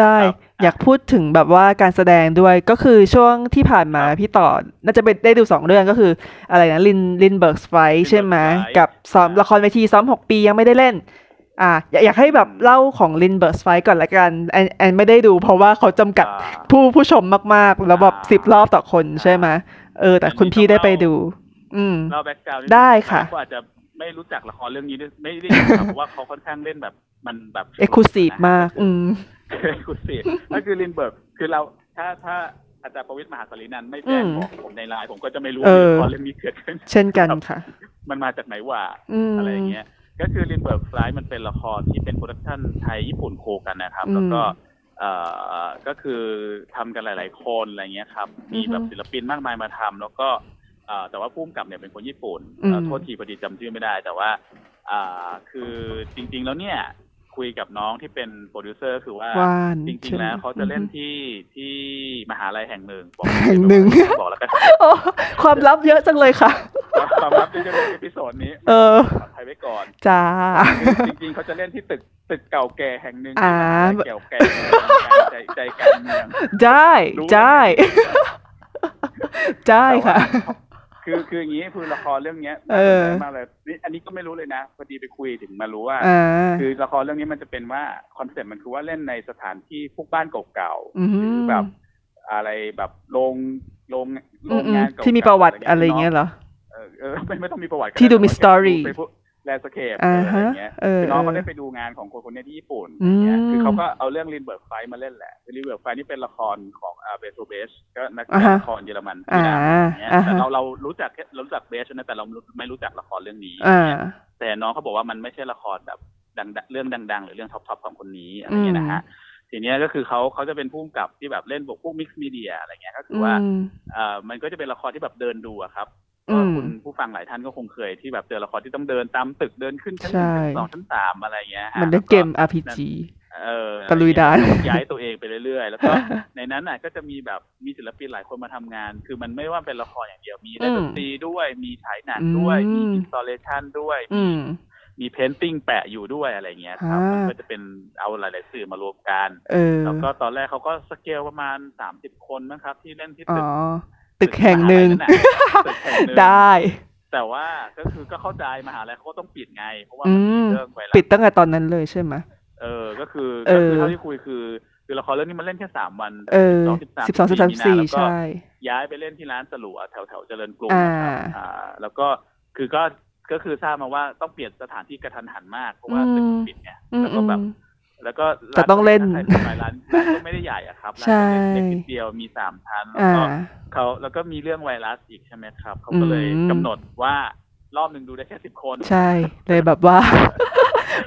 S4: ได้
S3: ครับ
S4: อยากพูดถึงแบบว่าการแสดงด้วยก็คือช่วงที่ผ่านมา
S3: ครับ
S4: พี่ต่อ น่าจะเป็นได้ดูสองเรื่องก็คือ อะไรนะลินลินเบิร์กสไฟใช่ไหม
S3: Lindbergh's Fight
S4: กับซ้อมละครเวทีซ้อมหกปียังไม่ได้เล่น อ่ะอยากอยากให้แบบเล่าของลินเบิร์กสไฟก่อนละกันแอนแอนไม่ได้ดูเพราะว่าเขาจำกัด
S3: อ่า
S4: ผู้ผู้ชมมากๆ แล้วแบบ
S3: อ่า
S4: สิบรอบต่อคน
S3: อ่า
S4: ใช่ไหมเออ แต่
S3: อันนี้
S4: คุณพี่
S3: ต้อง
S4: ได้
S3: เล่า
S4: ไปดู อืม
S3: เล่าแบ็กกราวด์
S4: ได้ค่ะ
S3: ก็อาจจะไม่รู้จักละครเรื่องนี้ด้วยไม่ได้ยินข่าวเพราะว่าเขาค่อนข้างเล่นแบบมันแบบ
S4: เอ็กซ์คลูซีฟมาก อืม
S3: คุณสิก็คือลินเบิร์กคือเราถ้าถ้าอาจารย์ประวิตรมหาสารีนันท์ไม่แจ้ง
S4: อืม
S3: บอกผมในไลน์ผมก็จะไม่รู้
S4: เอ
S3: ว่า
S4: อ
S3: พอเรื่องนี้เกิดขึ้น
S4: เช่นกัน
S3: ครับ
S4: ค่ะ
S3: มันมาจากไหนว่า
S4: อืม
S3: อะไรอย่างเงี้ย ก็คือลินเบิร์กไฟล์มันเป็นละครที่เป็นโปรดักชั่นไทยญี่ปุ่นโคกันนะครับ
S4: อืม
S3: แล้วก็เอ่อก็คือทำกันหลาย ๆ คนอะไรเงี้ยครับ มีแบบ
S4: อือฮึ
S3: ศิลปินมากมายมาทำแล้วก็เอ่อแต่ว่าพุ่มกับเนี่ยเป็นคนญี่ปุ่น
S4: อืม
S3: เอ่อโทษทีพอดีจำชื่อไม่ได้ แต่ว่าเอ่อคือจริง ๆ แล้วเนี่ยคุยกับน้องที่เป็นโปรดิวเซอร์คือว่า
S4: วาน
S3: จริ
S4: ใช่
S3: งๆ
S4: ไหม
S3: แล้วเขาจะเล่นที่ที่มหาลัยแห่งหนึ่งบอก
S4: แห่งหนึ่ง
S3: บอกแล้วก็
S4: โอ้ความลับเยอะจังเลยค่ะ
S3: ความลับที่จะเป็นเอ พิโซดนี้
S4: เออ
S3: ขออภัยไว้ก่อน
S4: จ้า
S3: จริงๆเขาจะเล่นที่ตึกตึกเก่าแก่แห่งหนึ่ง
S4: อ่า
S3: ที่ มหาลัยเก่าแก่ใจใจกลางเมือง
S4: ได้
S3: รู้
S4: ได้ได้
S3: แต่ว่า
S4: ค่ะ
S3: คือคืออย่างนี้คือละครเรื่องเนี้ย
S4: เออ
S3: มากเลยนี่อันนี้ก็ไม่รู้เลยนะพอดีไปคุยถึงมารู้ว่า
S4: อ่า
S3: คือละครเรื่องนี้มันจะเป็นว่าคอนเซ็ปต์มันคือว่าเล่นในสถานที่พวกบ้านเก่าๆ
S4: ม
S3: หรือแบบ อะไรแบบโรงโรง
S4: อื
S3: โร
S4: ม
S3: ง
S4: อืม
S3: งานเก่าๆ
S4: ที่มีประวัติอะไรอย่างเงี้ย
S3: เนา
S4: เหรอ
S3: เออเออไม่ไม่ต้องมีประวัติก็ได้
S4: ที่ดูมี
S3: แต่ว่า
S4: story
S3: ไปพวก แลนด์สเคป
S4: อ่า
S3: อะไรอ
S4: ฮะ
S3: ย่างเงี้ย
S4: เออ
S3: คือน้องเขาได้ไปดูงานของคนคนเนี้ยที่ญี่ปุ่น
S4: อืม
S3: เนี่ยคือเขาก็เอาเรื่องรินเบิร์กไฟมาเล่นแหละรินเบิร์กไฟนี่เป็นละครของอาเบโซเบสก็นักแสดงละครเยอรมัน
S4: อ่า
S3: ชื่อดังอย่างเงี้ย
S4: อ่า
S3: แต่
S4: ฮะ
S3: เราเรารู้จักแค่เรารู้จักเบสนะแต่เราไม่รู้จักละครเรื่องนี้
S4: อ่า
S3: แต่น้องเขาบอกว่ามันไม่ใช่ละครแบบดังๆเรื่องดัง ๆ หรือเรื่องท็อปๆของคนนี้อะไรเงี้ยนะฮะทีเนี้ยก็คือเขาเขาจะเป็นผู้กำกับที่แบบเล่นบวกพวกมิกซ์มีเดียอะไรเงี้ยก็คือว่า
S4: อืม
S3: เอ่อมันก็จะเป็นละครที่แบบเดินดูอะครับ
S4: อื
S3: ก็
S4: ม
S3: คุณผู้ฟังหลายท่านก็คงเคยที่แบบเจอละครที่ต้องเดินตามตึกเดินขึ้นชั้นห
S4: ใช่
S3: นึ่งชั้นสองชั้นสามอะไรเงี้ยฮะ
S4: มันเล่นเกม RPG
S3: เออ
S4: ตะลุยดาน
S3: ย้ายตัวเองไปเรื่อยๆ แล้วก็ ในนั้นน่ะก็จะมีแบบมีศิลปินหลายคนมาทำงาน คือมันไม่ว่าเป็นละครอย่างเดียวมีเล่นดนตรีด้วยมีฉายหนังด้วยมี
S4: อืม
S3: อินสตาเลชันด้วยมี
S4: อืม
S3: มีเพนติ้งแปะอยู่ด้วยอะไรเงี้ยครับ
S4: อ่ามั
S3: มันก็จะเป็นเอาหลาย ๆ สื่อมารวมกัน
S4: เออ
S3: แล้วก็ตอนแรกเขาก็สเกลประมาณสามสิบคนนะครับ ที่เล่นที่
S4: อ๋
S3: ตึ
S4: อ
S3: ก
S4: ตึกแห่งหนึ่ง
S3: มหาลัยะตึกแห่งหนึ่ง
S4: ได้
S3: แต่ว่าก็คือก็เข้าใจมหาลัยเขาก็ต้องปิดไง เพราะว่า
S4: อื
S3: มัน
S4: ม
S3: เรื่องไวรั
S4: ปิด
S3: ส
S4: ตั้งแต่ตอนนั้นเลยใช่ไหม
S3: เออ ก็คือ
S4: เอ
S3: ก็
S4: อ
S3: คือเท่าที่คุยคือคือละครเรื่องนี้มันเล่นแค่สามวัน
S4: เออสิ
S3: สิ
S4: บบ ส
S3: ส
S4: อ
S3: อง งสิสาม ม
S4: สิบบ สาสี่
S3: มีนาแล้วก็
S4: ใช่
S3: ย้ายไปเล่นที่ร้านสลัวแถวแถวๆเจริญกรุง
S4: อ่า
S3: นะครับอ่า แล้วก็คือก็ก็คือทราบมาว่าต้องเปลี่ยนสถานที่กระทันหันมากเพราะว่าตึกมันปิดไง
S4: อืม
S3: แล้ว
S4: อื
S3: ก็
S4: ม
S3: แบบ แล้วก็ร้า
S4: แต่ต้องเล่น
S3: ถ้าใครไปร้านร้านก็ไม่ได้ใหญ่อะครับร้านก็เล็ก
S4: ใช่
S3: ๆนิดเดียวมีสามชั้นแล้ว
S4: อ่า
S3: ก็เขาแล้วก็มีเรื่องไวรัสอีกใช่ไหมครับเขาก็เลย
S4: อืม
S3: กำหนดว่ารอบหนึ่งดูได้แค่สิบคน
S4: ใช่ เลยแบบ ว่า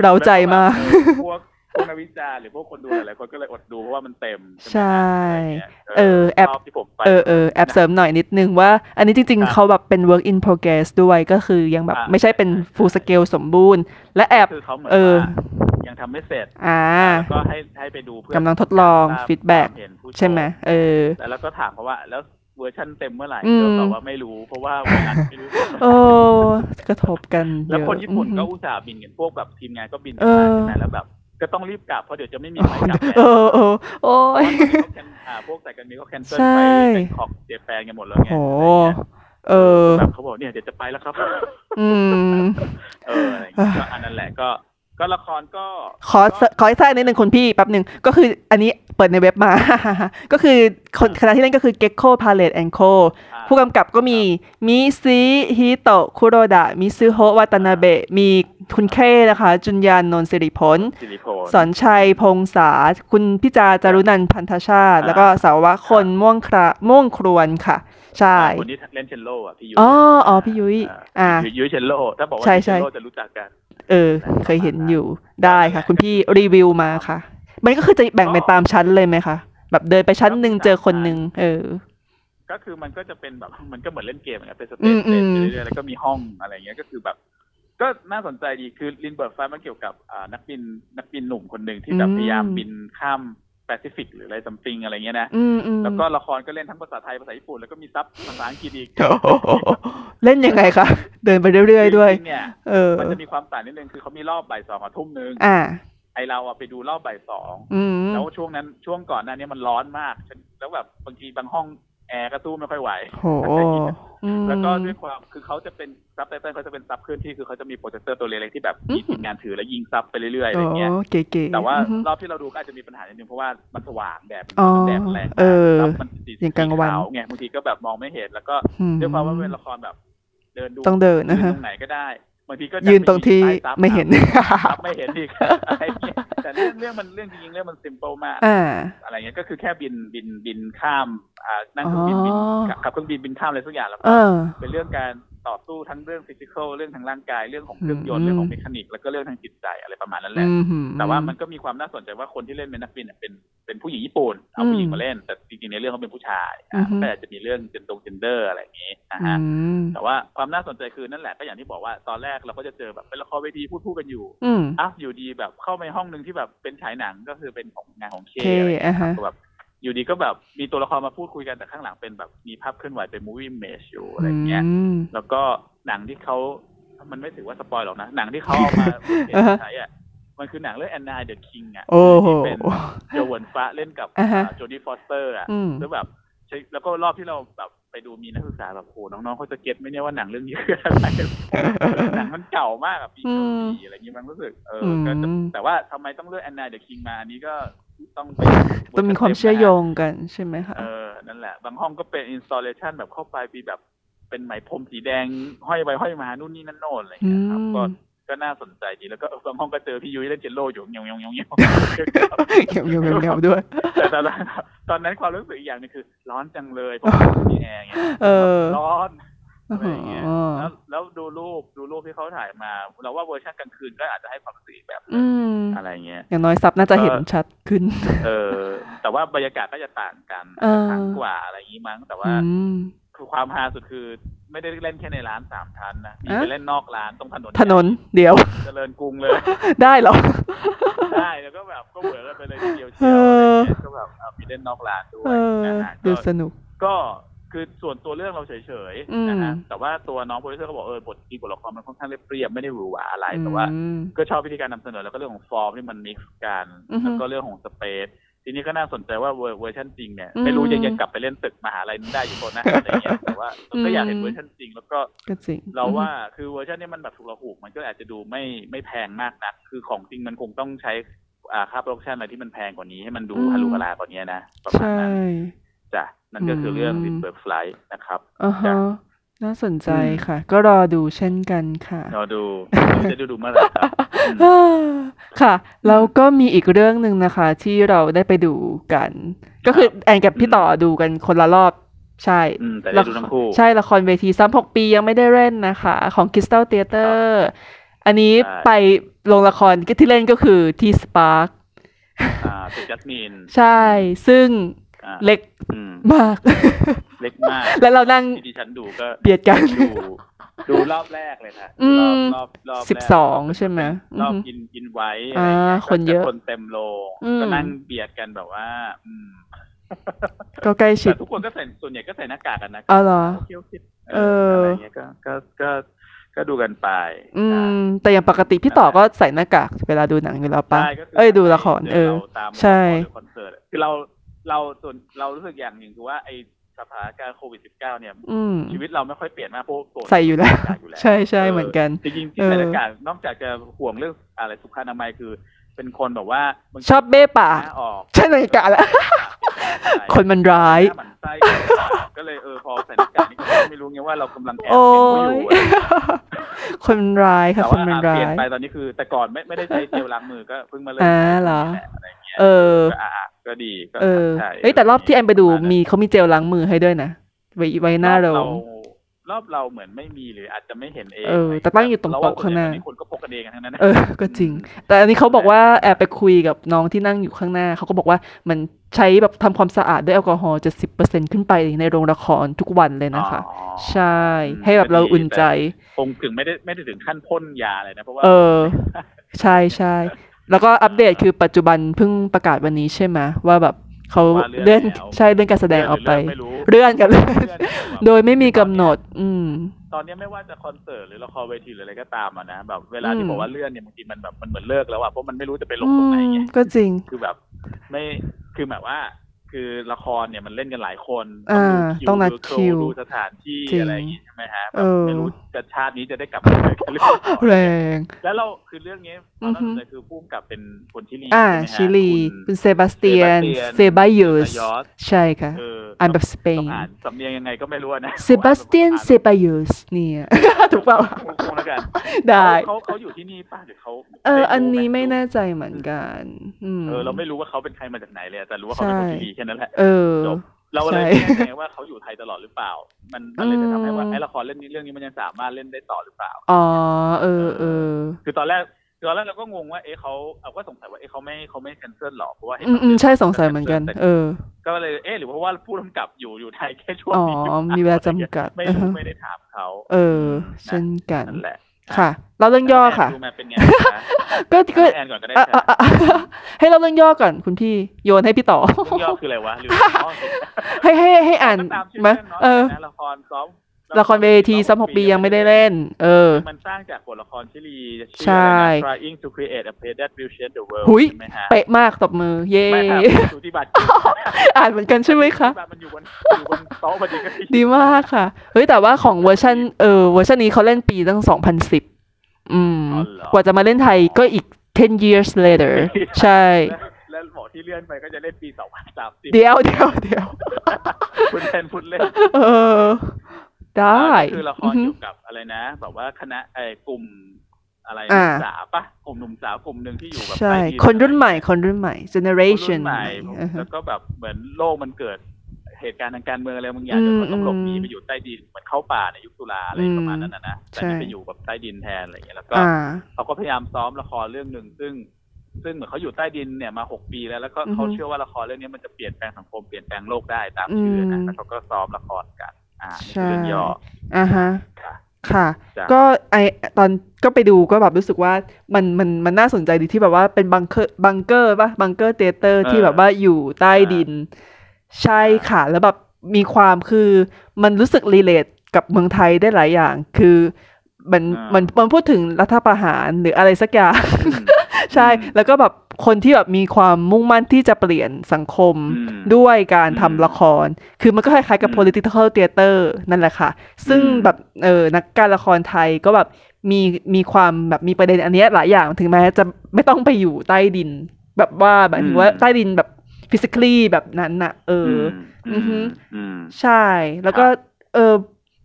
S4: เราใจมาก
S3: แล้วก็ แบบเออพวกพวกนักวิจารณ์หรือพวกคนดูหลายๆคนก็เลยอดดูเพราะว่ามันเต็มไหมฮะอะไรย่างเงี้ย
S4: ใช่เออแอป
S3: รอบที่ผมไป
S4: เออเออแอบเสริมหน่อยนิดนึงว่า อันนี้จริง
S3: ครั
S4: ๆ
S3: บ
S4: เขาแบบเป็น work in progress ด้วยก็คือยังแบบ
S3: อ่า
S4: ไม่ใช่เป็น full scale สมบูรณ์ และแอบ
S3: คือเขาเหมือน
S4: เออ
S3: ว่ายังทำไม่เสร็จ
S4: อ่า
S3: แล้วก็ให้ให้ไปดูเพื่อก
S4: ำลังทดลอง
S3: ตาม
S4: feedback
S3: ความเห็นผู้ช
S4: ใช่ไหมเออ
S3: แต่แล้วก็ถามเขาว่า แล้วเวอร์ชันเต็มเมื่อไหร่
S4: อืม
S3: เขาตอบว่าไม่รู้ เพราะว่าเวลาไม่รู้
S4: โอ้กระทบกันเยอะ
S3: แล้วคนญี่ปุ่นก็อุตส่าห์บินกันพวกแบบทีมงานก็บินกั
S4: เอน
S3: มา
S4: อ
S3: ใช่ไหมแล้วแบบ ก็ต้องรีบกลับเพราะเดี๋ยวจะไม่มีใครกลับแล้ว
S4: เออเออโอ้ย
S3: อ่าพวกแต่กันมีก็แคนเซิล
S4: ใช่
S3: ไปแบงคอกเจแปนกันหมดแล้วไง
S4: โหเออ
S3: แบบเขาบอกเนี่ยเดี๋ยวจะไปแล้วครับ
S4: อืม
S3: เอออะไรอย่างเงี้ยก็อันนั้นแหละก็ ก็ละครก็
S4: ขอขอให้แทรกนิดนึงคุณพี่แป๊บหนึ่งก็คืออันนี้เปิดในเว็บมา ก็คือคนคณะที่เล่นก็คือ Gecko Palette and Co
S3: อ่า
S4: ผู้กำกับก็มีมิซิฮิโตะคุโรดะมิซึโฮะวัตนาเบะมีคุณเคนะคะ จุนยานนท์สิริพล
S3: สิริพล
S4: สอนชัยพงษา คุณพิจาจารุนันท์พันธชาติ
S3: อ่า
S4: แล้วก็สาวะคนม่วงคราม่วงครวนค่ะ ใช่
S3: อ่าคนที่เล่นเชลโล่อ่ะพี่ยุ้ย
S4: อ๋ออ๋อพี่ยุ้ยอ่า
S3: ยุ้ยเชลโล่ถ้าบอกว่า
S4: ใช่
S3: ยุ้ย
S4: ใช่
S3: เชลโล่จะรู้จักกัน
S4: เออ เคยเห็นอยู่ได้ค่ะ คุณพี่รีวิวมาค่ะ มันก็คือจะแบ่งไปตามชั้นเลยไหมคะแบบเดินไปชั้นหนึ่งเจอคนหนึ่งเออ
S3: ก็คือมันก็จะเป็นแบบมันก็เหมือนเล่นเกมนะครับเป็นสเต
S4: อื
S3: จ
S4: ม
S3: สเตจ
S4: อืม
S3: ไปเรื่อยๆแล้วก็มีห้องอะไรเงี้ยก็คือแบบ ก็น่าสนใจดีคือลินเบิร์ดไฟมันเกี่ยวกับอ่านักบินนักบินหนุ่มคนหนึ่งที่แบบพยายามบินข้ามแปซิฟิกหรืออะไรซัมติงอะไรเงี้ยนะ
S4: อืมอืม
S3: แล้วก็ละครก็เล่นทั้งภาษาไทยภาษาญี่ปุ่นแล้วก็มีซับภาษาอังกฤษอีก
S4: เล่นยังไงคะเดินไปเรื่อยๆด้วย
S3: จริงๆเนี่ย
S4: เออ
S3: มันจะมีความต่างนิดนึงคือเขามีรอบบ่ายสองกับทุ่มหนึ่ง
S4: อ่า
S3: ไอเราอะไปดูรอบบ่ายสอง
S4: อืม
S3: แล้วช่วงนั้นช่วงก่อนหน้านี้มันร้อนมากฉันแล้วแบบบางทีบางห้องแอร์ก็สู้ไม่ค่อยไหว
S4: โหอืม
S3: แล้วก็ด้วยความคือเขาจะเป็นซับไตเติลเขาจะเป็นซับเคลื่อนที่คือเขาจะมีโปรเจคเตอร์ตัวเล็กๆที่แบบมี
S4: อืม
S3: ทีมงานถือแล้วยิงซับไปเรื่อยๆอะไรเงี้ย
S4: โเก๋ๆ
S3: แต่ว่า
S4: อือฮึ
S3: รอบที่เราดูก็อาจจะมีปัญหานิดนึงเพราะว่ามันสว่างแดด
S4: อ๋อ
S3: แดดแรง
S4: เออ
S3: ซับมันสี
S4: อย่างกลางวัน
S3: ขไงบางทีก็แบบมองไม่เห็นแล้วก็
S4: อื
S3: ด้วยความว่าเป็นละครแบบ เดินดู
S4: ต้องเดินนะ
S3: ยื
S4: ฮะ
S3: ตรงไหนก็ได้บางทีก็จะ
S4: ยืนตรงที่
S3: ปยืใต้ซับ
S4: ไม่เห็น
S3: ซับไม่เห็น อีกอะไรเงี้ยแต่เรื่องเรื่องมันเรื่องจริงๆเรื่องมัน s ิมเ l ิมาก
S4: อ่า
S3: อะไรเงี้ยก็คือแค่บินบินบินข้ามอ่านั่งเครื่องบินบิน
S4: อ๋อ
S3: ขับเครื่องบินบินข้ามอะไรสักอย่างแล้วก็
S4: เออ
S3: เป็นเรื่องการต่อสู้ทั้งเรื่องฟิสิกอลเรื่องทางร่างกายเรื่องของเครื่องยนต์
S4: อืม
S3: เรื่องของเมคานิกแล้วก็เรื่องทางจิตใจอะไรประมาณนั้นแห
S4: อื
S3: ละ
S4: มหื
S3: แต่ว่ามันก็มีความน่าสนใจว่าคนที่เล่นเป็นนักบินเนี่ยเป็นเป็นผู้หญิงญี่ปุ่นเอาผู้หญิงมาเล่น แต่จริงๆในเรื่องเขาเป็นผู้ชาย
S4: อื
S3: อ่ะ
S4: อฮึ
S3: แต่อาจจะมีเรื่องเจนตรงเจนเดอร์อะไรอย่างงี้นะ
S4: อื
S3: ฮะ
S4: ม
S3: แต่ว่าความน่าสนใจคือนั่นแหละก็อย่างที่บอกว่าตอนแรกเราก็จะเจอแบบเป็นละครเวทีพูดพูดกันอยู่
S4: อืม
S3: อ่ะอยู่ดีแบบเข้าไปห้องหนึ่งที่แบบเป็นฉายหนังก็คือเป็นของงานของเค
S4: โอเค
S3: อะไรอย่างเงี้ย
S4: อ่ะฮะ
S3: แบบอยู่ดีก็แบบมีตัวละครมาพูดคุยกันแต่ข้างหลังเป็นแบบมีภาพเคลื่อนไหวเป็นมูวี่เมชอยู่อะไรเงี้ย
S4: ม
S3: แล้วก็หนังที่เขามันไม่ถือว่าสปอยหรอกนะ หนังที่เขาเอา มา
S4: อ่าฮะ
S3: ใช้อ่ะมันคือหนังเรื่องแอนนาเดอะคิงอ่ะ
S4: โอ้โห
S3: ที่เป็นโจเวนฟ้าเล่นกับ
S4: อ่าฮะ
S3: โจดี้ฟอสเตอร์อ่ะ
S4: อืม
S3: แล้วแบบใช่แล้วก็รอบที่เราแบบไปดูมีนักศึกษาแบบโอ้โหน้องๆเขาจะเก็ตไหม่เนี่ยว่าหนังเรื่องนี้คืออะไรหนังมันเก่ามากอะปี
S4: อื
S3: เก้าม สี่อะไรเงี้ยมันรู้สึกเออก็จะ แต่ว่าทำไมต้องเลือกแอนนาเดอะคิงมาอันนี้ก็ต้องไป
S4: ต้องมีความเชื่อโยงกันใช่ไหมคะ
S3: เออ นั่นแหละ บางห้องก็เป็นอินสต l เลชันแบบเข้าไปมีแบบเป็นไหมพรมสีแดงห้อยไปห้อยมานู่นนี่นั่นโน่นอะไรอย่างเงี้ยครับ
S4: อืม
S3: ก็ ก็น่าสนใจดีแล้วก็เออบางห้องก็เจอพี่ยุ้ยเล่นเจนโลอยู่เงี้ยงเงี้ยงเงี้ยงเงี้ยง
S4: เงียบเงียบเงียบเงียบด้วย
S3: แต่ตอน นั้นตอนนั้นความรู้สึกอีกอย่างหนึงคือ ร้อนจังเลยเพราะว่าไม่มีแอร์ไง
S4: เออ
S3: ร้อนอะไรอย่างเงี้ย
S4: อ๋อ
S3: แล้วแล้วดูรูปดูรูปที่เขาถ่ายมาเราว่าเวอร์ชันกลางคืนก็อาจจะให้ความรู้สึกอีกแบบ
S4: อืม
S3: อะไรเงี้ย
S4: อย่างน้อยซับน่าจะเห็น
S3: เออ
S4: ชัดขึ้น
S3: เออ แต่ว่าบรรยากาศก็จะต่างกัน
S4: เออ
S3: ต่างกว่าอะไรอย่างงี้มั้ง แต่ว่า
S4: อืม
S3: คือความฮาสุดคือ ไม่ได้เล่นแค่ในร้านสามชั้นนะมี
S4: อ่ะ
S3: ไปเล่นนอกร้านตรงถนน
S4: ถนนเดี๋ยว
S3: เจริญกรุงเลย
S4: ได้เหรอ
S3: ได้แล้วก็แบบก็เหมือนกันไปเลยทีเดียวเชียวอะไรเงี้ยก็แบบเอามีเล่นนอกร้านด้ว
S4: เอยอ
S3: นะฮะ
S4: ดู
S3: ก็
S4: สนุก
S3: ก็คือส่วนตัวเรื่องเราเฉยๆนะฮะ
S4: อืม
S3: แต่ว่าตัวน้องโปรดิวเซอร์ก็บอกเออบทที่บทละครมันค่อนข้างเรียบเรียบไม่ได้หวือหวาอะไร
S4: อื
S3: แต่ว่า
S4: ม
S3: ก็ชอบวิธีการนำเสนอแล้วก็เรื่องของฟอร์มที่มันมิกซ์กัน
S4: อือฮึ
S3: แล้วก็เรื่องของสเปซทีนี้ก็น่าสนใจว่าเวอร์เวอร์ชันจริงเนี่ย
S4: อืม
S3: ไม่รู้จะยังกลับไปเล่นตึกมหาลัยนั้นได้อยู่คนนะอะไรเงี้ ยแต่ว่า
S4: อืม
S3: ก็อยากเห็นเวอร์ชันจริง แล้วก็
S4: ก็จริง
S3: เราว่าคือเวอร์ชันนี้มันแบบถูกระหูกมันก็อาจจะดูไม่ไม่แพงมากนะคือของจริงมันคงต้องใช้อ่าค่าโปรดักชันอะไรที่มันแพงกว่านี้ให้มันดูฮารุฮารากว่านี้นะประมาณ
S4: ใช่
S3: นั้น จ้ะนั่นก็คือเรื่อง
S4: อืม
S3: r ิ p เ r ิร์ l ไฟล์ นะครับ
S4: อ่า
S3: จ้ะ
S4: ฮะน่าสนใจ
S3: อืม
S4: ค่ะ ก็รอดูเช่นกันค่ะ
S3: เราดูจะดูดูเมื่อไหร่ครับอืม
S4: ค่ะ แล้วก็มีอีกเรื่องหนึ่งนะคะ ที่เราได้ไปดูกัน ก็คือแอนกับพี่ต่อดูกันคนละรอบใช่
S3: อืมแต่ได้ดูทั้งคู่
S4: ใช่ละครเวทีซ้ำหกปียังไม่ได้เล่นนะคะ ของ Crystal Theater อันนี้
S3: ใช่
S4: ไปลงละครที่เล่นก็คือที่ Spark
S3: อ่าเป็นจัสมิน
S4: ใช่ ซึ่ง
S3: อ่า
S4: เล็ก
S3: อืม
S4: มาก
S3: เล็กมาก
S4: แล้วเรานั่ง
S3: ที่ดิฉันดูก็
S4: เบียดกัน
S3: ดูดูรอบแรกเลยค่ะ
S4: อื
S3: ร
S4: ม
S3: อบรอบรอบแรก
S4: สิบสองใช่ไหม
S3: รอบ
S4: อือหือ
S3: กินกินไว้
S4: อ่า
S3: ะไรเงี้ยก็
S4: คนเยอะ
S3: คนเต็มโล
S4: อืม
S3: ก็นั่งเบียดกันแบบว่า อืม
S4: ก็ใกล้ชิ
S3: แต่
S4: ด
S3: ทุกคนก็ใส่ส่วนใหญ่ก็ใส่หน้ากากกันนะ
S4: อ๋อเหรอ
S3: เคี้ยวคิด
S4: เอออ
S3: อะไรเงี้ยก็ก็ก็ก็ดูกันไป
S4: อื
S3: อ่า
S4: ม แต่อย่างปกติพี่ต่อก็ใส่หน้ากากเวลาดูหนังอยู่แล้วปะ
S3: ใช่ก็คือ
S4: เอ้ยดูละครเออ
S3: าตาม
S4: ใช่
S3: ละครหรือคอนเสิร์ตคือเราเราส่วนเรารู้สึกอย่างหนึ่งคือว่าไอสถานการณ์โควิดสิบเก้าเนี่ย
S4: อืม
S3: ชีวิตเราไม่ค่อยเปลี่ยนมากเพราะโกรธ
S4: ใส่อยู่แล้ว
S3: ใส่อยู่แล้ว
S4: ใช่ใช่เหมือนกัน
S3: จริงๆที่
S4: เออ
S3: ใส่หน้ากากนอกจากจะห่วงเรื่องอะไรสุขอนามัยคือ เป็นคนแบบว่าบางที
S4: ชอบเบ้ปา
S3: ห
S4: ก
S3: น้าออก
S4: ใช่หน้ากากแล้ว คนมันร้าย
S3: หน้หมันไส้ก็เลยเออพอใส่หน้ากากนี่ก็ไม่รู้ไงว่าเรากำลังแอบ
S4: โอ้
S3: เป็นผู้อย ยู่อะไรอย่างเงี้ย
S4: คนมันร้ายค่ะ
S3: แต่
S4: คน
S3: ว่า
S4: มัน
S3: อ่ะเป
S4: ร้า
S3: ลี่ยน
S4: ย
S3: ไปตอนนี้คือ แต่ก่อนไม่ไม่ได้ใช้เจลล้างมือก็เพิ่งมาเริ่ม
S4: อ่า
S3: ใช้
S4: เหรอ
S3: นี่และอะไรเงี้ย
S4: เออ
S3: ก็อ่ะอ่ะก็ดีก็
S4: เออ
S3: ใช่
S4: เอ้ยแต่รอบที่แอนไปดู
S3: ระาณนั้น
S4: มีเขามีเจลล้างมือให้ด้วยนะ ไว้ไว้หน้าเรา
S3: รอบรอบเราเหมือนไม่มีหรืออาจจะไม่เห็นเอง
S4: เออแต่ตั้งอยู่ตรงโต๊ะข้างหน้า
S3: เรว่ส่วใญ่ตอคนก็พกกันเองกันทั้งนั้นนะ
S4: เออ ก็จริง แต่อันนี้เขาบอกว่าแอบไปคุยกับน้องที่นั่งอยู่ข้างหน้า เขาก็บอกว่ามันใช้แบบทำความสะอาดด้วยแอลกอฮอล์เจ็ดสิบเปอร์เซ็นขึ้นไปในโรงละครทุกวันเลยนะคะ
S3: อ๋อ
S4: ใช่
S3: อืม
S4: ให้แบบเรา
S3: ก็ดี
S4: อุ่นใจ
S3: คงถึงไม่ได้ไม่ได้ถึงขั้นพ่นยาเลยนะเพราะว่า
S4: เออ ใช่ใช่แล้วก็อัปเดตคือปัจจุบันเพิ่งประกาศวันนี้ใช่ไหมว่าแบบเขาเลื่อนใช่เลื่อนการแสดงออกไป
S3: ไม่รู้
S4: เลื่อนกันเลย
S3: เลื่อนแบบ
S4: โดยไม่มีกำหนด อืม
S3: ตอนเนี้ยไม่ว่าจะคอนเสิร์ตหรือละครเวทีหรืออะไรก็ตามอะนะแบบเวลาที่
S4: อืม
S3: บอกว่าเลื่อนเนี่ยบางทีมันแบบมันเหมือนเลิกแล้วอะเพราะมันไม่รู้จะไปลง
S4: อื
S3: ตรงไหน
S4: ม
S3: ไง
S4: ก็จริง
S3: คือแบบไม่คือแบบว่า คือละครเนี่ยมันเล่นกันหลายคน
S4: อ่าต้องนัด
S3: ดู
S4: คิว
S3: ดูสถานที่
S4: จริง
S3: อะไรอย่างงี้ใช่ไหมฮะแบ
S4: เอบ อ
S3: ไม่รู้จะชาตินี้จะได้กลับมาเจอกันหรือเปล่า
S4: แรง
S3: แล้วเราคือเรื่องนี้ตอนนั้
S4: อื
S3: น
S4: อฮึ
S3: เลยคือพุ่มกับเป็นคนชิลี
S4: อ่า
S3: ใไหมฮะ
S4: ชิลี
S3: คุณ
S4: เป็นเซบาสเตียน
S3: เซ
S4: เซ
S3: บา
S4: บา
S3: สเตีย
S4: ยุ
S3: น
S4: ส
S3: เซบายอส
S4: ใช่ค่ะ
S3: เออ
S4: อ่านแบบสเป
S3: ต้อน งอ่านสำเนียงยังไงก็ไม่รู้นะ
S4: เซบาสเตียน เซบายุสเนี่ย ถูกเปล่า
S3: คงแล้วกัน
S4: ได้
S3: เขาเขาอยู่ที่นี่ป่ะหรือเขา
S4: เออ
S3: ได้รู้
S4: อันนี้ไม่
S3: รู้
S4: แน่ใจเหมือนกัน อืม
S3: เออเราไม่รู้ว่าเขาเป็นใครมาจากไหนเลยแต่รู้ว่าเขาเป็นคนชิลีแค่นั้นแหละ
S4: เออ
S3: จบ เราเลยไม่
S4: ใช่
S3: แน่ใจว่าเขาอยู่ไทยตลอดหรือเปล่า มันมันเลยจะทำให้ว่า
S4: อืม
S3: ไอ้ละครเรื่องนี้เรื่องนี้มันยังสามารถเล่นได้ต่อหรือเปล่า
S4: อ๋อ เออเออ
S3: คือตอนแรกคือตอนแรกเราก็งงว่าเอ๊ะเขาเราก็สงสัยว่าเอ๊ะเขาไม่เขาไม่แคนเซิลหรอเพราะว่าเห็น
S4: อืมอืมใช่สงสัยเหมือนกัน
S3: แต่
S4: เออ
S3: ก็เลยเอ๊ะหรือเพราะว่าผู้กำกับอยู่อยู่ไทยแค่ช่วง
S4: อ๋อ
S3: นี้หรือป
S4: มีเวลาจำกัด
S3: ไม่
S4: อือ
S3: รู้
S4: ฮะ
S3: ไม่ได้ถามเขา
S4: เออ
S3: นะ
S4: เช่นกัน
S3: นั่นแหละ
S4: ค่ะ เราเรื่องย่อค่ะ
S3: ดูมาเป็นไงนะคะ
S4: ก็ก็
S3: แอนก่อนก็ได้
S4: อ่ะ
S3: ค่ะ
S4: อ่ะ อ่ะให้เราเรื่องย่อก่อนคุณพี่ โยนให้พี่ต่อ
S3: เรื่องย่อคืออะไรวะหรืออ๋อ
S4: ให้ให้ให้อ่าน
S3: ก็ตามชื่อ
S4: ไหม
S3: เรื่องเนาะ
S4: เออ
S3: นะละครซ้อม
S4: ละครเวทีซ้ำหกปียังไม่ได้เล่น เออ
S3: มันสร้างจากบทละครชิลี
S4: ใช่
S3: ชื่ออะไรนะ Trying to create a place that will change the world
S4: หุย
S3: ใช่ไหมฮะ
S4: เป๊ะมากตบมือ เย้
S3: ไม่ครับสุติบัติ
S4: อ่านเหมือนกันใช่ไหมคะ
S3: สุติบัติมันอยู่บนอยู่บนโต๊ะพอดีก็
S4: ดีมากค่ะ เฮ้ยแต่ว่าของเวอร์ชันเออเวอร์ชันนี้เขาเล่นปีตั้ง 2010 อืม กว่าจะมาเล่นไทยก็อีก 10 years later ใช่
S3: และและหมอที่เลื่อนไปก็จะเล่นปีสองพันสามสิบ
S4: เดี๋ยวเดี๋ยวเดี๋ยว
S3: คุณเทนพูดเล่น
S4: เออ ได้
S3: ก็คือละคร
S4: อือฮึ
S3: เกี่ยวกับอะไรนะ แบบว่าคณะไอ้กลุ่ม อะไร
S4: อ่า
S3: ศึกษาปะกลุ่มหนุ่มสาวกลุ่มหนึ่งที่อยู่แบบ
S4: ใช่
S3: ไอที
S4: คนรุ่นใหม่ คนรุ่นใหม่
S3: คน
S4: generation
S3: รุ่นใหม่
S4: อ่าฮะ
S3: แล้วก็แบบเหมือนโลกมันเกิดเหตุการณ์ทางการเมืองอะไรบางอย่างจนเขาต้องหลบหนีไปอยู่ใต้ดินเหมือนเข้าป่าในยุคตุลาอะไรประมาณนั้นนะนะแต่นี่
S4: ใช่
S3: ไปอยู่แบบใต้ดินแทนอะไรอย่างเงี้ยแล้วก็
S4: อ่า
S3: เขาก็พยายามซ้อมละครเรื่องหนึ่งซึ่ง ซึ่งเหมือนเขาอยู่ใต้ดินเนี่ยมาหกปีแล้วแล้วก็
S4: อือฮึ
S3: เขาเชื่อว่าละครเรื่องนี้มันจะเปลี่ยนแปลงสังคมเปลี่ยนแปลงโลกได้ตามชื่อนะ
S4: อืม
S3: แล้วเขาก็ซ้อมละครกัน อ่านี่คือเรื่อง
S4: ใช่
S3: ย่อ
S4: อ่าฮะ
S3: ค่ะ
S4: ค่ะ
S3: จ้ะ
S4: ก็ไอตอนก็ไปดูก็แบบรู้สึกว่ามันมันมันน่าสนใจดีที่แบบว่าเป็นบังเกอร์บังเกอร์ป่ะบังเกอร์เตเตอร์ที่แบบว่าอยู่ใต้ดิน ใช่ค่ะ แล้วแบบมีความคือมันรู้สึกรีเลทกับเมืองไทยได้หลายอย่าง คือมัน
S3: อ่ามั
S4: มันมันพูดถึงรัฐประหารหรืออะไรสักอย่าง
S3: อืม
S4: ใช่
S3: อืม
S4: แล้วก็แบบคนที่แบบมีความมุ่งมั่นที่จะเปลี่ยนสังคม
S3: อืม
S4: ด้วยการ
S3: อืม
S4: ทำละคร คือมันก็คล้ายๆกับ
S3: อืม
S4: political theater นั่นแหละค่ะ ซึ่ง
S3: อืม
S4: แบบเออนักการละครไทยก็แบบมีมีความแบบมีประเด็นอันเนี้ยหลายอย่างถึงแม้จะไม่ต้องไปอยู่ใต้ดิน แบบว่าแบบถึงว่าใต้ดินแบบ physically แบบนั้นน่ะเอออ
S3: อื
S4: อฮึ
S3: มอืม
S4: ใช่ แล้วก็
S3: ครับ
S4: เออ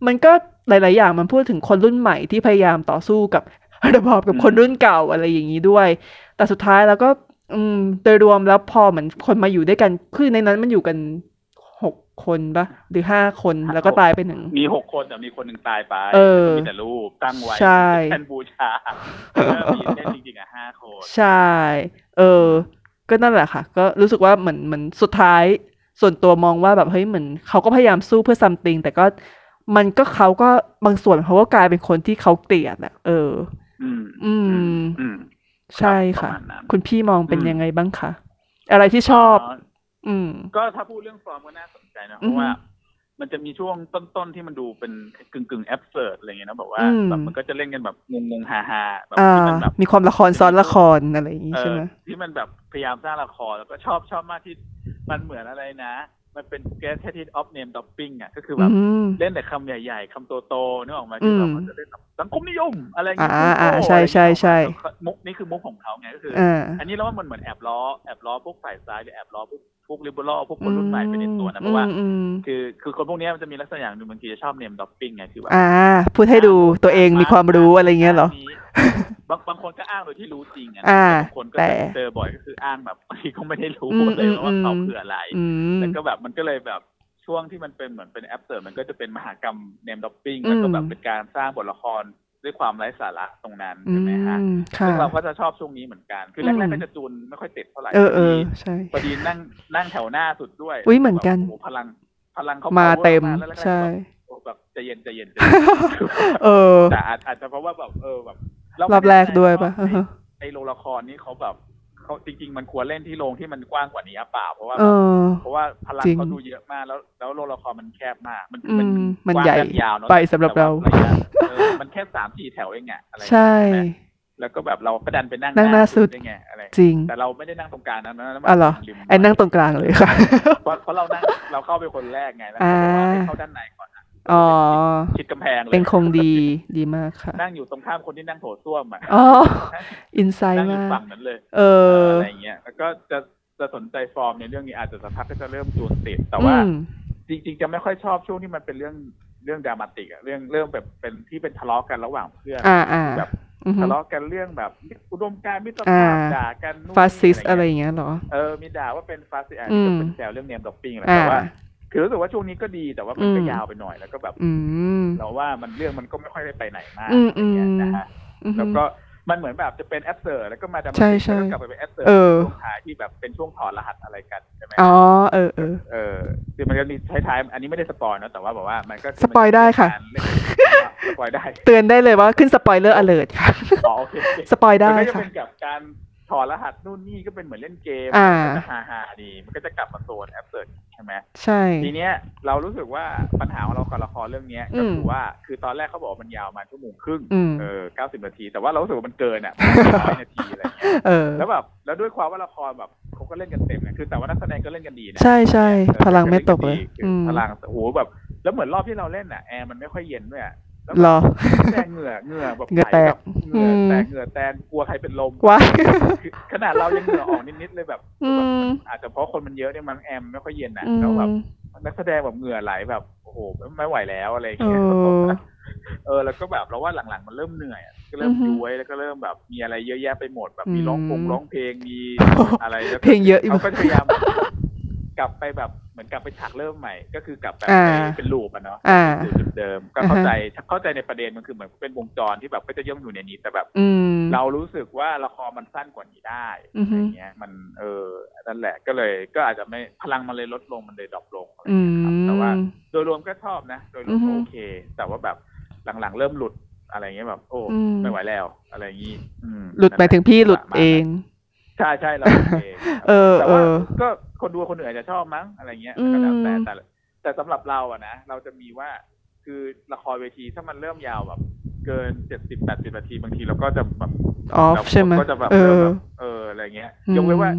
S4: มันก็หลาย ๆ อย่างมันพูดถึงคนรุ่นใหม่ที่พยายามต่อสู้กับ ระบอบกับคนรุ่นเก่าอะไรอย่างนี้ด้วย แต่สุดท้ายแล้วก็อืมโดยรวมแล้วพอเหมือนคนมาอยู่ด้วยกัน คือในนั้นมันอยู่กันหกคนปะหรือห้าคนแล้วก็ตายไปหนึ่ง
S3: มีหกคนแต่มีคนหนึ่งตายไป
S4: เออ
S3: แล้วก็มีแต่รูปตั้งไว้
S4: ใช่
S3: แทนบูชาแล้วมีแค่จริงๆอ่ะห้าคน
S4: ใช่ เออ ก็นั่นแหละค่ะ ก็รู้สึกว่าเหมือนเหมือนสุดท้าย ส่วนตัวมองว่าแบบเฮ้ยเหมือนเขาก็พยายามสู้เพื่อ something แต่ก็มันก็เขาก็บางส่วนเขาก็กลายเป็นคนที่เขาเกลียดอะเออ
S3: อืม
S4: อืม
S3: อืม
S4: ใช่
S3: ครับประ
S4: ค่ะ
S3: มาณนั้น
S4: คุณพี่มองเป็นยังไงบ้างคะ อะไรที่ชอบ อืม
S3: ก็ถ้าพูดเรื่องฟอร์มก็น่าสนใจนะ เพ
S4: อือ
S3: ราะ
S4: ฮึ
S3: ว่า มันจะมีช่วงต้นๆที่มันดูเป็นกึ่งกึ่งแอบเสิร์อะไรเงี้ยนะแบบว่า
S4: อืม
S3: แบบมันก็จะเล่นกันแบบงงงๆฮาฮาๆแบบ
S4: อ่า
S3: ที่มันแบบ
S4: มีความละครซ้อนละครอะไรอย่างงี้
S3: เอ
S4: ใช่
S3: อ
S4: ไหม
S3: ที่มันแบบพยายามสร้างละครแล้วก็ชอบชอบมากที่มันเหมือนอะไรนะ มันเป็นแกสแททิตออฟเนมด็อปปิ้งอ่ะก็คือแบบ
S4: อืม
S3: เล่นแต่คำใหญ่ๆคำโตๆนึกออกไหมาที่
S4: อืม
S3: แบบมันจะเล่นแบบสังคมนิยมอะไรเงี้ย
S4: อ่าอ่า
S3: โโห
S4: ใช่ใช่ใช่
S3: แล้วมุกนี่คือมุกของเขาไงก็คืออ
S4: อ่า
S3: อันนี้เราว่ามันเหมือนแอบล้อแอบล้อพวกฝ่ายซ้ายหรือแอบล้อพวกพวกลิเบอรัลพวกคนรุ่นใหม่ไปในตัวนะเพราะว่า
S4: อืมอืม
S3: คือคือคนพวกเนี้ยมันจะมีลักษณะอย่างหนึ่งบางทีจะชอบเนมด็อปปิ้งไงคือแบบ
S4: อ่า พูดให้ดูตัวเองมีความรู้อะไรเงี้ยเหรอ
S3: นี้บางบางคนก็อ้างโดยที่รู้จริงอะนะ
S4: อ่า
S3: แต่บางคนก็
S4: แต่
S3: เจอบ่อยก็คืออ้างแบบ บางทีก็ไม่ได้รู้
S4: อืม
S3: เลย
S4: อื
S3: ว่าม เขาคืออะไร
S4: อืม
S3: แล้วก็แบบมันก็เลยแบบช่วงที่มันเป็นเหมือนเป็นแอปเสริมมันก็จะเป็นมหากรรมเนมด็อปปิ้งแล้วก็แบบ
S4: อืม
S3: เป็นการสร้างบทละครด้วยความไร้สาระตรงนั้น
S4: อื
S3: ใช่ไหมฮะ
S4: มค่ะ
S3: ซึ่งเราก็จะชอบช่วงนี้เหมือนกัน คือแรก
S4: อื
S3: ๆ
S4: ม
S3: ก็จะจูนไม่ค่อยติดเท่าไหร่
S4: เออเออ
S3: พดี
S4: ใช่
S3: พอดีนั่งนั่งแถวหน้าสุดด้วย
S4: อุ๊ยเหมือนกัน
S3: โโหพลังพลังเขา
S4: มา
S3: มา
S4: เต็ม
S3: แล้วแรกๆ
S4: ใช่
S3: แบบแบบใจเย็นใจเย็นใจเย็น
S4: เออ
S3: แต่อาจอาจจะเพราะว่าแบบเออแบบเาร
S4: อบแรกด้วยปะ
S3: ไม่แน่ใจว่าไอโรงละครนี้เขาแบบเขาจริง ๆ มันควรเล่นที่โรงที่มันกว้างกว่านี้หรือเปล่าเพราะว่า
S4: เออ
S3: เพราะว่าพลัง
S4: จริง
S3: เขาดูเยอะมากแล้วแล้วโรงละครมันแคบมาก มัน
S4: อืมมัน
S3: กว้าง
S4: ใหญ่
S3: และยาวเนอะ
S4: ไปสำหรับเรา
S3: แต่ว่ะยะเออมันแค่สามสี่แถวเองอะอะไรอย่างเงี้ย
S4: ใช่
S3: แล้วก็แบบเราก็ดันไปนั่ง
S4: นั่งหน้าสุด
S3: ได้ไงอะไร
S4: จริง
S3: แต่เราไม่ได้นั่งตรงกลางนะนั่น
S4: อ๋อเหรอ
S3: ริม
S4: ไอ้นั่งตรงกลางเลยค่ะ
S3: เพราะเพราะเรานั่งเราเข้าไปคนแรกไงแล้ว
S4: อ่า
S3: เขาบอกว่าให้เข้าด้านในก่อนนะ
S4: อ๋อ
S3: ชิดกำแพงเลย
S4: เป็นคงดีดีมากค่ะ
S3: นั่งอยู่ตรงข้ามคนที่นั่งโถส้วมอ่ะ
S4: อ๋อ อินไซ
S3: นั่ง
S4: ด์
S3: อยู่
S4: มาก
S3: ฝั่งนั้นเลย
S4: เออ
S3: ไรย่างเงี้ยแล้วก็จะจะสนใจฟอร์มในเรื่องนี้อาจจะสักพักก็จะเริ่มจูนติดแต่
S4: อื
S3: ว่า
S4: ม
S3: จริงๆจะไม่ค่อยชอบช่วงที่มันเป็นเรื่องเรื่องดรามาติกอะเรื่องเรื่องแบบเป็นที่เป็นทะเลาะกันระหว่างเพื่อน
S4: อ่าอ่า
S3: แบบ
S4: อือฮึ
S3: ทะเลาะกันเรื่องแบบอุดมการณ์มิตร
S4: อ่า
S3: ภาพด่ากันนู่น
S4: ฟาสซิส
S3: นี่
S4: อะไร
S3: เงี้ย
S4: อย่างเงี้ยเหรอ
S3: เออ มีด่าว่าเป็นฟาสซิแอน
S4: อืม
S3: ก็เป็นแซวเรื่องเนมด็อปปิ้งแหละ
S4: อ่า
S3: แต่ว่า คือรู้สึกว่าช่วงนี้ก็ดีแต่ว่ามันก็
S4: อืม
S3: ยาวไปหน่อยแล้วก็แบบ
S4: อืม
S3: เราว่ามันเรื่องมันก็ไม่ค่อยได้ไปไหนมาก
S4: อืม
S3: อะไรเงี้ยนะฮะ
S4: อืม
S3: แล้วก็มันเหมือนแบบจะเป็นแอปเซอร์แล้วก็มาดำเนิน
S4: ใช่ใช่
S3: แล้วก็กลับไปเป็นแอปเซอร์
S4: เออ
S3: ช่วงท้ายที่แบบเป็นช่วงถอดรหัสอะไรกันใช่ไหม
S4: อ๋อ เออเออ
S3: เออคือมันก็มีท้ายๆอันนี้ไม่ได้สปอยนะแต่ว่าแบบว่ามันก็คื
S4: สปอยได้ค่ะ
S3: มันเป็นการเล่นสปอยได้
S4: เตือนได้เลยว่าขึ้นสปอยเลอร์อเลิร์ค่ะ
S3: อ๋อโอเค
S4: สปอยได้
S3: มันก็จะ
S4: ค่ะ
S3: เป็นกับการถอดรหัสนู่นนี่ก็เป็นเหมือนเล่นเกม
S4: อ่า
S3: มันก็จะฮาๆดี มันก็จะกลับมาโซนแอปเปิดใช่ไหม
S4: ใช่
S3: ทีเนี้ยเรารู้สึกว่าปัญหาของเรากับละครเรื่องเนี้ยก็คือ
S4: ม
S3: ว่าคือตอนแรกเขาบอกว่ามันยาวมาชั่วโมงครึ่ง
S4: อืม
S3: เออเก้าสิบนาที แต่ว่าเรารู้สึกว่ามันเกิ นอ่ะร้อยนาทีอะไรเงี้ย
S4: เออ
S3: แล้วแบบแล้วด้วยความว่าละครแบบเขาก็เล่นกันเต็มนะคือแต่ว่านักแสดงก็เล่นกันดีนะ
S4: ใช่ใช่
S3: เออ
S4: พลังไม่ตกเลย
S3: คือ
S4: อืม
S3: พลังโอ้โหแบบ แล้วเหมือนรอบที่เราเล่นอ่ะแอร์มันไม่ค่อยเย็น ด้วยอะแล้ว
S4: เหร
S3: แบบ
S4: อ
S3: แต่เหงื่อเหงื่อแบบ
S4: เหงื่อแตก
S3: เหงื่อแตกเหงื่อแตนกลัวใครเป็นลม
S4: ว้าย
S3: คือขนาดเรายังเหงื่อออกนิดๆเลยแบบ
S4: อื
S3: แบบ
S4: ม
S3: อาจจะเพราะคนมันเยอะเนี่ยมันแอมไม่ค่อยเย็นนะ
S4: อืม
S3: แล้วแบบนักแสดงแบบเหงื่อไหลแบบโอ้โหไม่ไหวแล้วอะไรอย่างเงี้ย
S4: เออ
S3: เอ เออแล้วก็แบบเราว่าหลังๆมันเริ่มเหนื่อยอะก็เริ่ม
S4: อือฮึ
S3: ย้วยแล้วก็เริ่มแบบมีอะไรเยอะแยะไปหมดแบบมี
S4: อืม
S3: ร้องพงร้องเพลงมีอะไรแล้วก็
S4: เพลงเยอะอยู่
S3: เขาก็พ ยายามกลับไปแบบเหมือนกลับไปฉากเริ่มใหม่ ก็คือกลับแบบ
S4: อ่า
S3: ไปเป็นลูปอะเนาะ
S4: อ่า
S3: สู่จุดเดิม ก็
S4: อ่าฮะ
S3: เข้าใจเข้าใจในประเด็นมันคือเหมือนเป็นวงจรที่แบบก็จะย่อมอยู่ในนี้แต่แบบ
S4: อืม
S3: เรารู้สึกว่าละครมันสั้นกว่านี้ได้
S4: อือฮึ
S3: อะไรเงี้ย มันเออนั่นแหละก็เลย ก็อาจจะไม่พลังมันเลยลดลงมันเลยดรอปลงอะไร
S4: อื
S3: เงี้ยครับแต่ว่าม โดยรวมก็ชอบนะโดยร
S4: อื
S3: ว
S4: อ
S3: ม
S4: ฮึ
S3: ก็โอเค แต่ว่าแบบหลังๆเริ่มหลุดอะไรเงี้ยแบบ โอ้
S4: อืม
S3: ไม่ไหวแล้ว อะไรอย่างงี้อืม
S4: หลุดไปถึงพี่หลุดเอง
S3: ใช่ใช่เราโอเคครับ
S4: เออ
S3: แต่
S4: เอ
S3: ว่า
S4: อ
S3: ก็คนดูคนเหนืนอาจจะชอบมั้งอะไรเงี้ยก็แล้วแต่
S4: อืม
S3: แต่ละแต่สำหรับเราอะนะเราจะมีว่าคือละครเวทีถ้ามันเริ่มยาวแบบ เกินเจ็ดสิบแปดสิบนาทีบางทีเราก็จะแบบ
S4: ออฟใช่ไหม
S3: เราก็จะแบบ
S4: เอ
S3: เริ่ม
S4: อ
S3: แบบเอออะไรเงี้ยยกเว้นว่า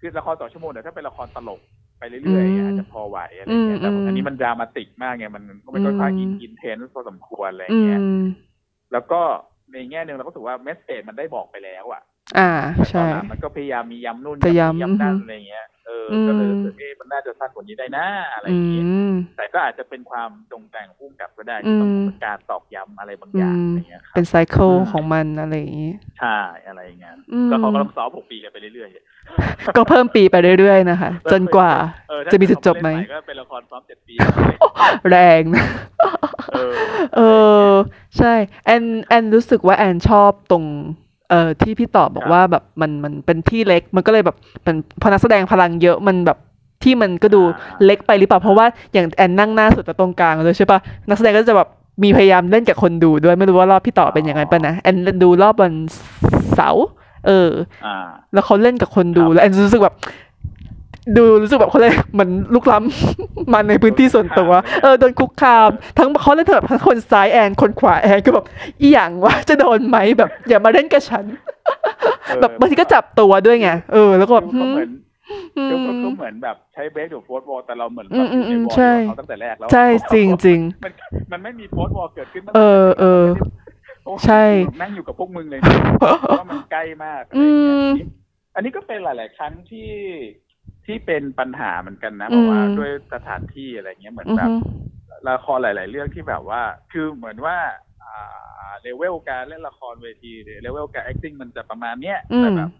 S3: คือละครต่อชั่วโมงเนี่ยถ้าเป็นละครตลกไปเรื่อยๆอาจจะพอไหวอะไรเงี้ยแต่อันนี้มันดรามาติกมากไงมันก็ไม่ค่อยค่อยอินอินเทนส์พอสมควรอะไร
S4: อื
S3: เงี้ย
S4: ม
S3: แล้วก็ในแง่หนึ่งเราก็รู้สึกว่าเมสเซจมันได้บอกไปแล้วอ่ะ
S4: อ่า
S3: แต่ตอ
S4: ใช่
S3: นหลังมันก็พยายามมีย้ำนู่น
S4: แต่
S3: ย้ำ
S4: ย้ำ
S3: นี่ย้ำนั่น
S4: อือฮึ
S3: อะไรเงี้ยเออ
S4: ม
S3: ก็เลยรู้สึกเอ๊ะมันน่าจะสั้นกว่านี้ได้นะอะไร
S4: อื
S3: เงี้ย
S4: ม
S3: แต่ก็อาจจะเป็นความจงแต่งพุ่มกับก็ได้ที่ต้อง
S4: อืม
S3: การตอกย้ำอะไรบางอย่างอะไรเงี้ยครับ
S4: เป็นไซเคิล
S3: อืม
S4: ของมันอะไรอย่างนี้
S3: ใช่อะไรอย่างเงี้ย
S4: อืม
S3: ก็เขาก็ต้องซ้อมหกปีกันไปเรื่อยๆ
S4: ก็เพิ่มปีไปเรื่อยๆนะคะ จนกว่า
S3: เออถ้า
S4: จะมีจุดจบไหม
S3: เล่นใก็เป็นละครซ้อมเจ็ดปีอะไรอย่างเงี้ย
S4: แรงนะ
S3: เออ
S4: เออ ใช่ แอนแอนรู้สึกว่าแอนชอบตรงเอ่อที่พี่ตอบบอกว่าแบบมันมันเป็นที่เล็กมันก็เลยแบบเป็นพอนักแสดงพลังเยอะมันแบบที่มันก็ดูเล็กไปหรือเปล่าเพราะว่าอย่างแอนนั่งหน้าสุดแต่ตรงกลางเลยใช่ปะนักแสดงก็จะแบบมีพยายามเล่นกับคนดูด้วยไม่รู้ว่ารอบพี่ต่อเป็นอย่างนั้นปะนะแอนดูรอบวันเสาร์เออ
S3: อ่า
S4: แล้วเขาเล่นกับคนดู
S3: ครับ
S4: แล้วแอนรู้สึกแบบ ดูรู้สึกแบบเขาเลยเหมือนลุกล้ำ มันในพื้นที่ส่วนตัว เออโดนคุกคาม ทั้งเขาเล่นเถอะทั้งคนซ้ายแอนคนขวาแอนก็แบบอีหยังวะจะโดนไหมแบบ อย่ามาเล่นกับฉัน
S3: เออ
S4: แบบบางทีก็จับตัวด้วยไงเออ แล้วก็แบบ
S3: ก็เหมือน
S4: อื
S3: ก็
S4: ม
S3: ก็เหมือนแบบใช้เบสอยู่โพสต์วอลแต่เราเหมือน
S4: อื
S3: แบบ
S4: ม
S3: อยู่ใน
S4: อืม
S3: วอล
S4: ใช่
S3: ของเขาตั้งแต่แรกแล้ว
S4: ใช่จริงจริง
S3: มันมันไม่มีโพสต์วอลเกิดขึ้นตั้ง
S4: เอ
S3: แต่
S4: อเออ
S3: โอ้โห
S4: ใช่
S3: แม่งอยู่กับพวกมึงเลยนะเพราะว่ามันใกล้มากอะไรอย่างเงี้ย
S4: อืม
S3: อันนี้ก็เป็นหลาย ๆ ครั้งที่ที่เป็นปัญหาเหมือนกันนะเพราะว่า
S4: อืม
S3: ด้วยสถานที่อะไรเงี้ยเหมือน
S4: อือ
S3: แบบ
S4: ฮึ
S3: ละครหลาย ๆ เรื่องที่แบบว่า คือเหมือนว่าอ่าเลเวลการเล่นละครเวทีหรือเลเวลการ acting มันจะประมาณเนี้ย
S4: อื
S3: แต่
S4: ม
S3: แบบ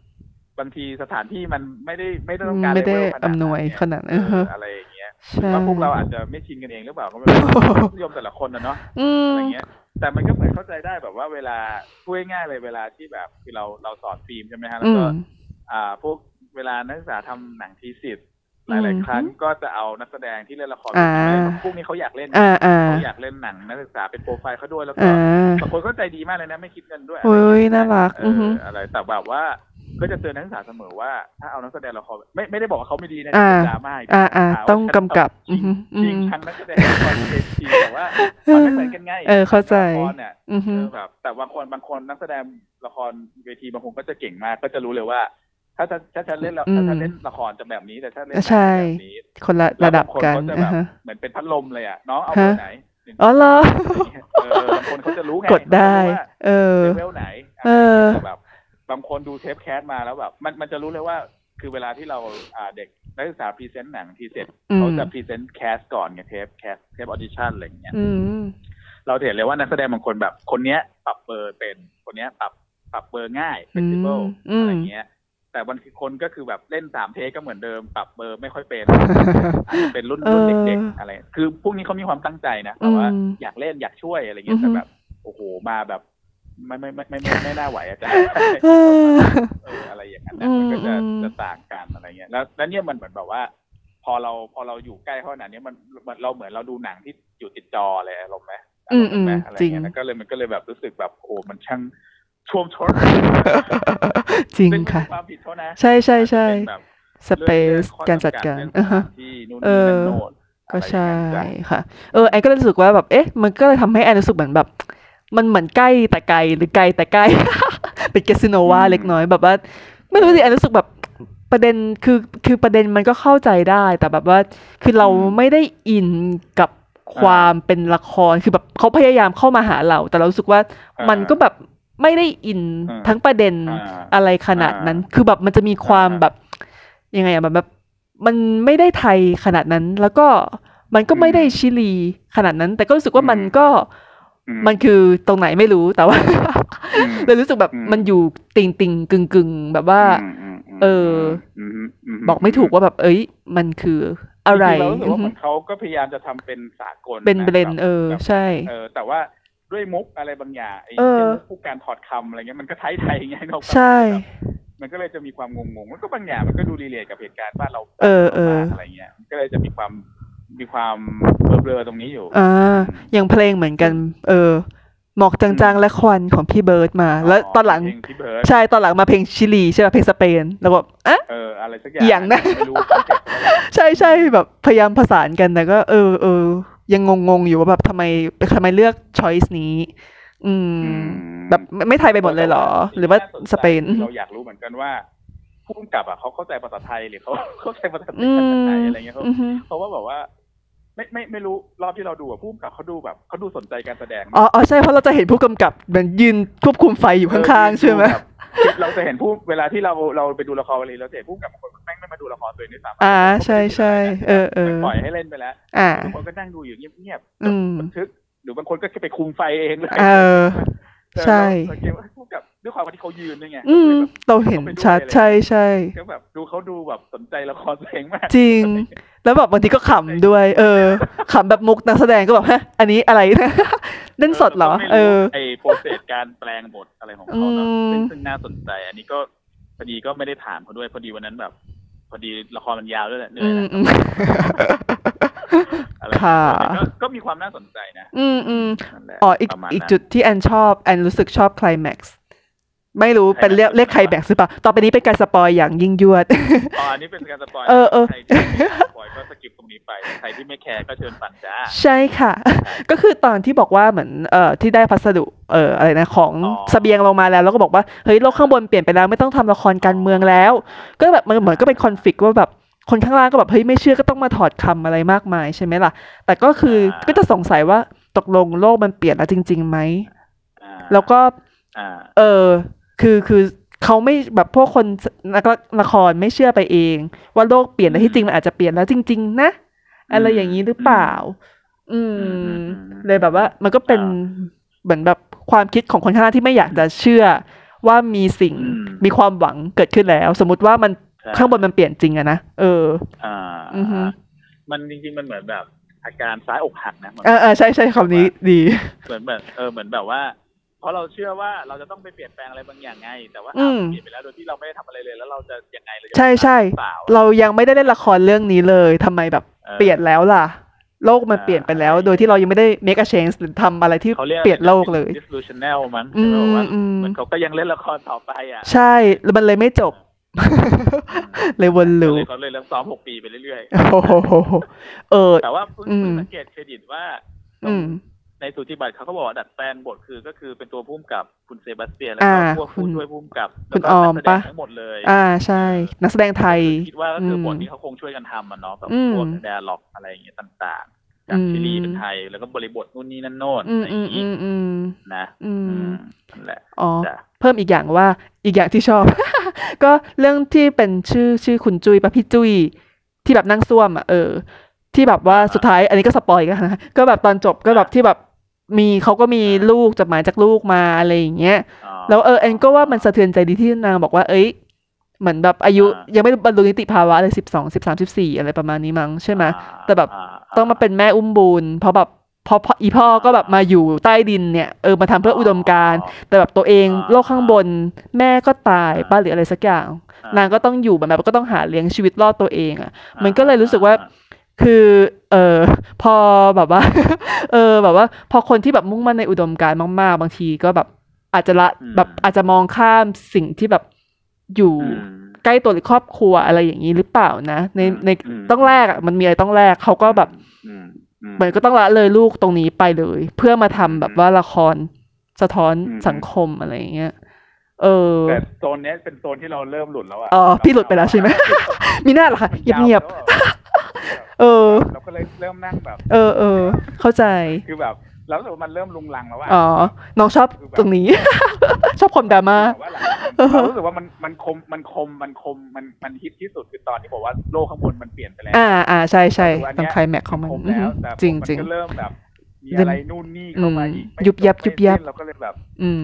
S3: บางทีสถานที่มันไม่ได้ไม่ได้ต้องการ
S4: ไม่
S3: เล
S4: ได้
S3: เวลขนาด
S4: อำนวยขนาด
S3: เอ
S4: เออ
S3: ออะไรอย่างเงี้ย
S4: ใช่
S3: ว่าพวกเราอาจจะไม่ชินกันเองหรือเปล่าก็ไม่รู้ รสนิยมแต่ละคนนะเนาะ
S4: อืม
S3: อะไรเงี้ย แต่มันก็เหมือนเข้าใจได้แบบว่าเวลาพูดง่ายๆเลยเวลาที่แบบคือเราเราสอนฟิล์มใช่ไหมฮะแล้
S4: อื
S3: วก็
S4: ม
S3: อ่าพวกเวลานักศึกษาทำหนังทีสิทธ์ห
S4: อื
S3: ลาย
S4: ม
S3: ๆ ครั้งก็จะเอานักแสดงที่เล่นละคร
S4: อ่า
S3: ไปเล่นพวกนี้เขาอยากเล่น
S4: อ่าอ่า
S3: เขาอยากเล่นหนังนักศึกษาเป็นโปรไฟล์เขาด้วยแล้วก็
S4: อ่า
S3: บางคนก็ใจดีมากเลยนะไม่คิดเงินด้วย
S4: โอ้ย
S3: ะไองเงี้
S4: น่ารัก
S3: เอ
S4: อหื
S3: อ
S4: อ
S3: อะไรแต่แบบว่าก็จะเตือนนักศึกษาเสมอว่า ถ้าเอานักแสดงละครไม่ไม่ได้บอกว่าเขาไม่ดีนะ
S4: อ่า
S3: เป็นดราม่าอีก
S4: อ่าอ่าต้องกำกับ
S3: จ
S4: อื
S3: ริ
S4: อง ฮึอื
S3: จริง
S4: ม
S3: ทั้งนักแสดงละครเวทีแต่ว่ามันไม่เหมือนกันไง
S4: เออเข้าใจ
S3: ละครเนี่ย
S4: อือฮึ
S3: เออแบบแต่บางคนบางคนนักแสดงละครเวทีบางคนก็จะเก่งมาก ก็จะรู้เลยว่า ถ้าจะถ้าจะเล่นละ
S4: อืม
S3: ถ้าจะเล่นละครจะแบบนี้แต่ถ้าเล่นหนัง
S4: ใช่
S3: จะแบบนี้
S4: คนละระดับกัน
S3: แล้วางคนเขาจะแบ
S4: อ่า
S3: บ
S4: ฮะ
S3: เหมือนเป็นพัดลมเลยอ่ะน้องเอาเบอร์
S4: ฮะ
S3: ไหนหนึ่ง
S4: อ๋อเหรอ
S3: เออบางคนเขาจะรู้ไง
S4: กดได้ เออ
S3: เขาจะรู้ว่าเลเวลไหน
S4: เออ
S3: แต่แบบบางคนดูเทปแคสมาแล้วแบบมันมันจะรู้เลยว่า คือเวลาที่เราอ่าเด็กนักศึกษาพรีเซนต์หนังพรีเซนต์
S4: อื
S3: เขา
S4: ม
S3: จะพรีเซนต์แคสก่อนไงเทปแคสเทปออดิชั่นอะไรอย่างเงี้ย
S4: อืม
S3: เราจะเห็นเลยว่านักแสดงบางคนแบบคนเนี้ย ปรับเบอร์เป็นคนเนี้ยปรับปรับเบอร์ง่ายเฟสติวัล
S4: อืม
S3: อะไรเงี้ย แต่บางทีคนก็คือแบบเล่นสามเทคก็เหมือนเดิม ปรับเบอร์ไม่ค่อย เป็นอาจจะเป็นรุ่นรุ่นเด็กๆอะไร คือพวกนี้เขามีความตั้งใจนะแต่ว่า
S4: อืม
S3: อยากเล่นอยากช่วยอะไรเงี้ยแต่แบบโอ้โหมาแบบไม่ไม่ไม่ไม่ไม่ไม่ไม่น่าไหวอาจารย์
S4: เออ
S3: เอออะไรอย่างนั้นนะมันก็จะ
S4: อืม
S3: จะต่างกันอะไรเงี้ยแล้วแล้วเนี่ยมันเหมือนแบบว่า พอเราพอเราอยู่ใกล้เขาขนาดเนี้ยมันมันเราเหมือนเราดูหนังที่อยู่ติดจอเลยอารมณ์ไหม
S4: อืมอืม
S3: แบบอะไร
S4: จริง
S3: เงี้ยนะก็เลยมันก็เลยแบบรู้สึกแบบโอ้มันช่างท่วมท้น
S4: จริง
S3: ซึ่ไม่
S4: ค่ะ
S3: ใช่ความผิดเท่านะ
S4: ใช่ใช่ใช่
S3: เป็นแบบ
S4: สเปซการจัดการ
S3: เองข้อจำกัดเรื่องสถา
S4: อ่าฮะ
S3: นที่นู่น
S4: เอ
S3: นี่
S4: อ
S3: นั่นโน่น
S4: ก็ใช่
S3: อะไรอย่างเงี้ยจ้ะ
S4: ค่ะ เออแอนก็เลยรู้สึกว่าแบบเอ๊ะ มันก็เลยทำให้แอนรู้สึกเหมือนแบบ มันเหมือนใกล้แต่ไกลหรือไกลแต่ใกล้ เป็นแคสิโนวาเล็กน้อยแบบว่า ไม่รู้สิแอนรู้สึกแบบประเด็นคือคือประเด็นมันก็เข้าใจได้แต่แบบว่า คือเราไม่ได้อินกับความเป็นละครคือแบบเขาพยายามเข้ามาหาเรา แต่เรารู้สึกว่า
S3: อ่า
S4: มันก็แบบไม่ได้อิน
S3: อ่า
S4: ทั้งประเด็น
S3: อ่า
S4: อะไรขนาดนั้น
S3: อ่า
S4: คือแบบมันจะมีความ
S3: อ่า
S4: แบบยังไงอะแบบแบบมันไม่ได้ไทยขนาดนั้น แล้วก็มันก็
S3: อืม
S4: ไม่ได้ชิลีขนาดนั้น แต่ก็รู้สึกว่ามัน
S3: อืม
S4: ก็
S3: อืม
S4: มันคือตรงไหนไม่รู้แต่ว่า
S3: อืม
S4: เลยรู้สึกแบบ
S3: อืม
S4: มันอยู่ติงติงกึ่งกึ่งๆ แบบว่า
S3: มม
S4: เออ
S3: มม
S4: บอกไม่ถูกว่าแบบ เอ้ย มันคืออะไร
S3: จงๆแล้วรู้สึก
S4: อือ
S3: ว่าเห
S4: ฮึ
S3: มือนเขาก็พยายามจะทำเป็นสากล
S4: เป็นเบรน
S3: แบบ
S4: เออ
S3: แบบ
S4: ใช่
S3: เออ แต่ว่าด้วยมุกอะไรบางอย่างไอ้
S4: เออ
S3: เช่นมุกผู้การถอดคำอะไรเงี้ยมันก็ไทยไทยๆไงเราก็
S4: ใช่
S3: แบบมันก็เลยจะมีความงงๆแล้วก็บางอย่างมันก็ดูรีเลทกับเหตุการณ์บ้านเรา
S4: เออเออ
S3: มากอะไรเงี้ยมันก็เลยจะมีความมีความเบลอๆตรงนี้อยู่
S4: อ่าอย่างเพลงเหมือนกัน เออ หมอกจางๆและควันของพี่เบิร์ดมา แล้วตอนหลัง
S3: เพพี่เบิร์ด
S4: ใช่ ตอนหลังมาเพลงชิลีใช่ป่ะ เพลงสเปน แล้วก็อ่ะ
S3: เอออะไรสักอ
S4: อย่า
S3: ย่าง ง
S4: นะ
S3: ไม่รู้คอนเซ็ปต์อะไร
S4: ใช่ใช่แบบพยายามผสานกันแต่ก็เออเออยังงงๆอยู่ว่าแบบทำไมทำไมเลือกช้อยส์นี้ อืม
S3: อืม
S4: แบบไม่ไม่ไทยไปหมดเลยเหรอ หรือว่าสเปน
S3: เราอยากรู้เหมือนกันว่าผู้กำกับอ่ะเขาเข้าใจภาษาไทยหรือเขาเข้าใจภาษา
S4: อืม
S3: ไทยอะไรเงี้ยเขา
S4: อือฮึ
S3: เพราะว่าแบบว่า ไม่ไม่ไม่รู้รอบที่เราดูอ่ะผู้กำกับเขาดูแบบเขาดูสนใจการแสดง
S4: อ๋ออ๋อใช่ เพราะเราจะเห็นผู้กำกับเหมันยืนควบคุมไฟอยู่ข้างๆ ใช่ไหม
S3: เออดูแบบคือเราจะเห็นผู้เวลาที่เราเราไปดูละครอะไรเราจะเห็นผู้กำกับบางคนแม่งไม่มาดูละครตัวเองด้วยซ้ำ
S4: อ่าใช่ใช่เออเออ
S3: ปล่อยให้เล่นไปแล้ว
S4: อ่า
S3: บางคนก็นั่งดูอยู่เงียบๆ
S4: อืม
S3: บันทึก หรือบางคนก็แค่ไปคุมไฟเองเลย
S4: เออ
S3: เออ
S4: ใช่
S3: เราเกรงว่าพวกกับด้วยความที่เขายืนด้วยไง
S4: อืม เราเห็นชัดใช่ใช่
S3: ก็แบบดูเขาดูแบบสนใจละครตัวเองมาก
S4: จริง แล้วแบบบางทีก็ขำด้วย เออขำแบบมุกนักแสดงก็แบบฮะอันนี้อะไร นะ เล่นสดเหรอ
S3: ก็ไม่
S4: เออ
S3: ไอ้โปรเซสการแปลงบทอะไรของเขาเนาะ
S4: อืม
S3: ซึ่งซึ่งน่าสนใจ อันนี้ก็พอดีก็ไม่ได้ถามเขาด้วยพอดีวันนั้นแบบ พอดีละครมันยาวด้วยแหละเหนื่
S4: อื
S3: อย
S4: ม
S3: นะ
S4: อืม
S3: อะไรอย่าง
S4: ค่ะ
S3: เงี้ยแต่ก็ก็มีความน่าสนใจนะ
S4: อืมอืม
S3: นั่นแหละ
S4: อ๋ออีก
S3: ประมาณ
S4: อีก
S3: นั้น
S4: จุดที่แอนชอบแอนรู้สึกชอบคล i แม็กซ์ไม่รู้เป็นเรียก
S3: climax
S4: เรียกคลแม็กซ์หรือเปล่าต่อไปนี้เป็นการสปอยอย่างยิ่งยวด
S3: อ๋ออันนี้เป็นการสปอยล์
S4: เออเออ
S3: ใครที่ไม่อยากสปอยล์ก็สกิปตรงนี้ไป ใครที่ไม่แคร์ก็เชิญปั่นจ้า
S4: ใช่ค่ะ ก็คือตอนที่บอกว่าเหมือนเอ่อที่ได้พัสดุเอ่ออะไรนะของ
S3: อ๋อ
S4: เสบียงลงมาแล้ว แล้วก็บอกว่าเฮ้ยโลกข้างบนเปลี่ยนไปแล้วไม่ต้องทำละครการเมืองแล้ว ก็แบบมันเหมือนก็เป็นคอนฟ lict ว่าแบบคนข้างล่างก็แบบเฮ้ยไม่เชื่อก็ต้องมาถอดคำอะไรมากมายใช่ไหมล่ะ แต่ก็คือก็จะสงสัยว่าตกลงโลกมันเปลี่ยนแล้วจริงๆไหม
S3: อ่า
S4: แล้วก็
S3: อ่า
S4: เออ คือ คือเขาไม่แบบพวกคนนักละครไม่เชื่อไปเอง ว่าโลกเปลี่ยนแต่ที่จริงมันอาจจะเปลี่ยนแล้วจริง ๆ นะ อะไรอย่างนี้หรือเปล่า อื
S3: อืมอื
S4: ม
S3: มอืม
S4: เลยแบบว่า มันก็เป็น
S3: อ่า
S4: เหมือนแบบความคิดของคนข้างหน้าที่ไม่อยากจะเชื่อว่ามีสิ่ง
S3: อืม
S4: มีความหวังเกิดขึ้นแล้ว สมมติว่ามันข้างบนมันเปลี่ยนจริงอะนะเออ
S3: อ่า
S4: อือฮึ
S3: มันจริงๆมันเหมือนแบบ อาการซ้ายอกหักนะเหมือน
S4: เออเออใช่ใช่คำนี้ดี
S3: เหมือนแบบเออเหมือนแบบว่า เพราะเราเชื่อว่าเราจะต้องไปเปลี่ยนแปลงอะไรบางอย่างไง แต่ว่า
S4: อืม
S3: เราเปลี่ยนไปแล้วโดยที่เราไม่ได้ทำอะไรเลยแล้วเราจะยังไงเราจะ
S4: ใช่ใช่
S3: หรือเปล่า
S4: เรายังไม่ได้เล่นละครเรื่องนี้เลยทำไมแบบ
S3: ออ
S4: เปลี่ยนแล้วล่ะ โลกมัน
S3: อ่า
S4: เปลี่ยนไปแล้ว โดยที่เรายังไม่ได้ make a change หรือทำอะไรที่
S3: เขาเรียก
S4: เปลี่ยนโลกเลย
S3: ดิสลูชันแนลมั้ง
S4: อืม
S3: เขาบอกว่า
S4: อืม
S3: เหมือนเขาก็ยังเล่นละครต่อไปอ่ะ
S4: ใช่แล้วมันเลยไม่จบ เลยวนลูป
S3: เขาเลยเล่นซ้อมหกปีไปเรื่อยๆ
S4: โอ้โหเออ
S3: แต่ว่าเพิ่ง
S4: อืม
S3: เพิ่งสังเกตเครดิตว่า
S4: อืม
S3: ในสูติบัตรเขาก็บอกว่าดัดแปลงบทคือก็คือเป็นตัวพุ่มกับคุณเซบาสเตียน แล้ว
S4: อ่า
S3: ก็พวกผู้
S4: คุณ
S3: ช่วยพุ่มกับ
S4: คุณ
S3: แล้วก็
S4: ออม
S3: นักแสด
S4: ปะ
S3: งทั้งหมดเลย
S4: อ่าใช่ นักแสดงไทย
S3: คิดว่าก็คืออ
S4: ม
S3: บทนี้เขาคงช่วยกันทำมันเนาะแบบ
S4: อืม
S3: พวกแดร์ล็อกอะไรอย่างเงี้ยต่างๆจาก
S4: อืม
S3: ซีรีส์เป็นไทยแล้วก็บริบทนู่นนี่นั่นโน่น
S4: อืม
S3: อะไรอ
S4: อื
S3: ย่าม งงี้
S4: อืมอืม
S3: นะ
S4: อื
S3: อื
S4: ม
S3: มนั่นแหละ
S4: อ๋อ
S3: จ้ะ
S4: เพิ่มอีกอย่างว่าอีกอย่างที่ชอบ ก็เรื่องที่เป็นชื่อชื่อคุณจุยปะพี่จุยที่แบบนั่งซ่วมอ่ะเออ ที่แบบว่าสุดท้ายอันนี้ก็สปอยกันนะ ก็แบบตอนจบก็แบบที่แบบมีเขาก็มีลูกจดหมายจากลูกมาอะไรอย่างเงี้ย
S3: อ๋อ
S4: แล้วเออแอนก็ว่ามันสะเทือนใจดีที่นางบอกว่าเอ้ยเหมือนแบบอายุ
S3: อ่ายั
S4: ยังไม่บรรลุนิติภาวะเลยสิบสองสิบสามสิบสี่อะไรประมาณนี้มั้งใช่ไหม
S3: อ่า
S4: แต่แบบ ต้องมาเป็นแม่อุ้มบุญเพราะแบบเพออีพ่อก็แบบมาอยู่ใต้ดินเนี่ยเออมาทำเพื่ออุดมการณ์ แต่แบบตัวเองโลกข้างบนแม่ก็ตายป้าหรืออะไรสักอย่าง
S3: อ่
S4: นางก็ต้องอยู่แบบแบบก็ต้องหาเลี้ยงชีวิตรอดตัวเองอะ่ะ
S3: อ่า
S4: มันก็เลยรู้สึกว่า คือเออพอแบบว่า เออแบบว่า พอคนที่แบบมุ่งมั่นในอุดมการณ์มาก ๆ บางทีก็แบบอาจจะละแบบอาจจะมองข้ามสิ่งที่แบบอยู่
S3: อืม
S4: ใกล้ตัวหรือครอบครัวอะไรอย่างนี้หรือเปล่านะ ใน
S3: อืม
S4: ใน
S3: อืม
S4: ต้องแลกอะมันมีอะไรต้องแลกเขาก็แบบ
S3: อืมอืม
S4: เหมือนก็ต้องละเลยลูกตรงนี้ไปเลย เพื่อมาทำแบบว่าละครสะท้อน
S3: อืม
S4: สังคมอะไรอย่างเงี้ยเออ
S3: แต่โซนเนี้ยเป็นโซนที่เราเริ่มหลุดแล้วอ่ะ
S4: อ๋อพี่หลุดไปแล้วใช่ ไหม มีหน้าเหรอคะเงียบๆเออ
S3: ๆเราก็เลยเริ่มนั่งแบบ
S4: เออเออเข้าใจ
S3: คือแบบเรารู้สึกว่ามันเริ่มลุงลังแล้วอะ
S4: อ๋อน้องชอบตรงนี้ ชอบความดราม่า
S3: แต่ว่าหลังๆเรารู้สึกว่ามันมันคมมันคมมันคมมันมันฮิตที่สุดคือตอนที่บอกว่าโลกข้างบนมันเปลี่ยนไปแล้ว
S4: อ่าอ่าใช่ใช่
S3: แต่ว่า
S4: ตอน
S3: เย
S4: คลายแม็กของมัน
S3: คม
S4: อือ
S3: แล้
S4: ฮึ
S3: วแต่
S4: จริง
S3: มัน
S4: จริง
S3: ก็เริ่มแบบ มีอะไรนู่นนี่เข้ามาอีก
S4: อืม
S3: ไม่
S4: ยุบยับ
S3: จไม่
S4: ยุบยับ
S3: สิ้นเราก็เลยแบบ
S4: อืม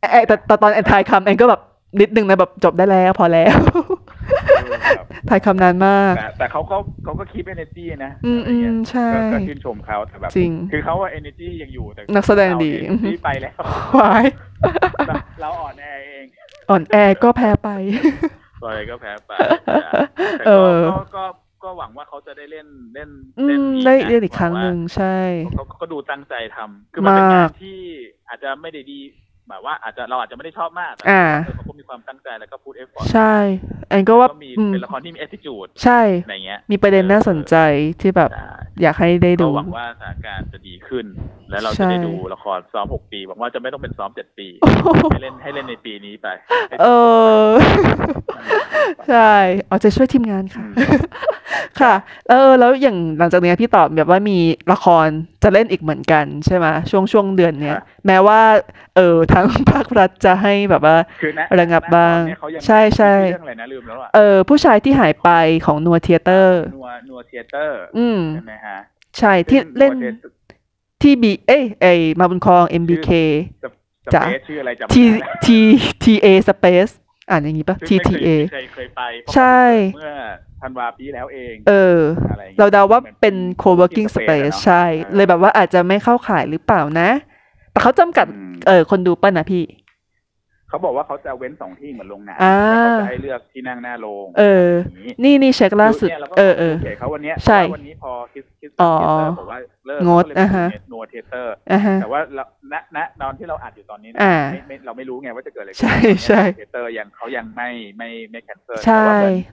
S4: ไอ้แต่แต่ตอนแอนทายคำแอนก็แบบนิดนึงนะแบบจบได้แล้วพอแล้ว ทายคำนานมาก
S3: แต่แต่เขาก็เขาก็คีบเอเนจีนะ
S4: อืม
S3: อะไรเงี้ย
S4: อืมใช่
S3: ก็ก็ชื่นชมเขาแต่แบบ
S4: จริง
S3: คือเขาว่าเอเนจียังอยู่แต่
S4: นักแสดงดี
S3: ที่ไปแล้ว
S4: วาย
S3: เราเราอ่อนแอเอง
S4: อ่อนแอก็แพ้ไป
S3: ตอนนี้ก็แพ้ ไปแต่
S4: เอ
S3: ก็
S4: อ
S3: ก็ก็ก็หวังว่าเขาจะได้เล่นเล่น
S4: อื
S3: เล่น
S4: ม
S3: อีก
S4: ได้
S3: ะ
S4: เรียนอีกครั้งหนึ่งใช่
S3: เขาเขาก็ดูตั้งใจทำคือมันเป็น
S4: มาก
S3: งานที่อาจจะไม่ได้ดีหมายว่าอาจจะเราอาจจะไม่ได้ชอบมากแต่
S4: อ่า
S3: เขาก็มีความตั้งใจแล้วก็พูดเอฟฟอร์
S4: ใช่แอนก็ว่า
S3: ก็มี
S4: อืม
S3: เป็นละครที่มีแอ t ติจูด
S4: ใช่
S3: อะไรเงี้ย
S4: มีประเด็นน่าสนใจที่แบบ
S3: ใช่
S4: อยากให้ได้
S3: ก็
S4: ดู
S3: หวังว่าสถานการณ์จะดีขึ้น แล้วเราจะได้ดูละครซ้อมหกปีหวังว่าจะไม่ต้องเป็นซ้อมเจ็ด ปี ให้เล่นให้เล่นในปีนี้ไปให้
S4: เออ
S3: ไป
S4: ใช่เอาใจช่วยทีมงานค่ะ
S3: อืม
S4: ค่ะ เออ แล้วอย่างหลังจากเนี้ยพี่ตอบแบบว่ามีละครจะเล่นอีกเหมือนกันใช่ไหมช่วงช่วงเดือนเนี้ย
S3: ค่ะ
S4: แม้ว่า เออ ทางภาครัฐจะให้แบบว่า
S3: คือนะ
S4: ระงับ
S3: ณตอนเนี้ย
S4: บ้าง
S3: เขายัง
S4: ใช่ใช่
S3: ชื่อเรื่องอะไรนะลืมแล้วอ่ะ
S4: เออผู้ชายที่หายไปของนัวเทเตอร์
S3: นัวนัวเทเตอร์
S4: อืม
S3: ใช่ไหมฮะ
S4: ใช่ที่
S3: ซึ่ง
S4: เล่น
S3: ว Theater
S4: ที่บีเอ้ยเอ้ยมาบุญครอง MBK
S3: สเปซชื่ออะไรจำไม่
S4: T
S3: ได้แล้ว
S4: T T A Space อ่านอย่างนี้ปะ T
S3: ซึ่ง
S4: T
S3: ไม่
S4: A
S3: เคยไม่เคยเคยไปเพราะ
S4: ใช่
S3: เมื่อธันวาปีแล้วเอง
S4: เออ
S3: อะไรอย่งงี้ย
S4: เราเดาว่าเป็น
S3: หมือ
S4: co-working
S3: space อะ
S4: space
S3: เนาะ
S4: ใช่ เลยแบบว่าอาจจะไม่เข้าขายหรือเปล่านะ แต่เขาจำกัด
S3: อืม
S4: เออคนดูป่ะนะพี่
S3: เขาบอกว่าเขาจะเว้นสองที่เหมือนโรงหนัง
S4: อ่า
S3: แล้วเขาจะให้เลือกที่นั่งหน้าโรง
S4: เออ
S3: ย่างงี้
S4: นี่นี่เช็คล่าสุด
S3: นี่ยรก็
S4: เออเออ
S3: เขียนเขาวันเนี้ย
S4: ใช่
S3: เพราะว่าวันนี้พอคิสคิส
S4: อ๋อ
S3: เตอร์บอกว่าเลิก
S4: งด
S3: อ่
S4: อ่าฮะ
S3: นัวเทเตอร์
S4: อ่าฮะ
S3: แต่ว่าเราณณตอนที่เราอัดอยู่ตอนนี้นะ
S4: อ่า
S3: ไม่ไม่เราไม่รู้ไงว่าจะเกิดอะไรขึ้น
S4: ใช่ใช่
S3: เทเตอร์ยังเขายังไม่ไม่ไม่แคนเซิล
S4: ใช่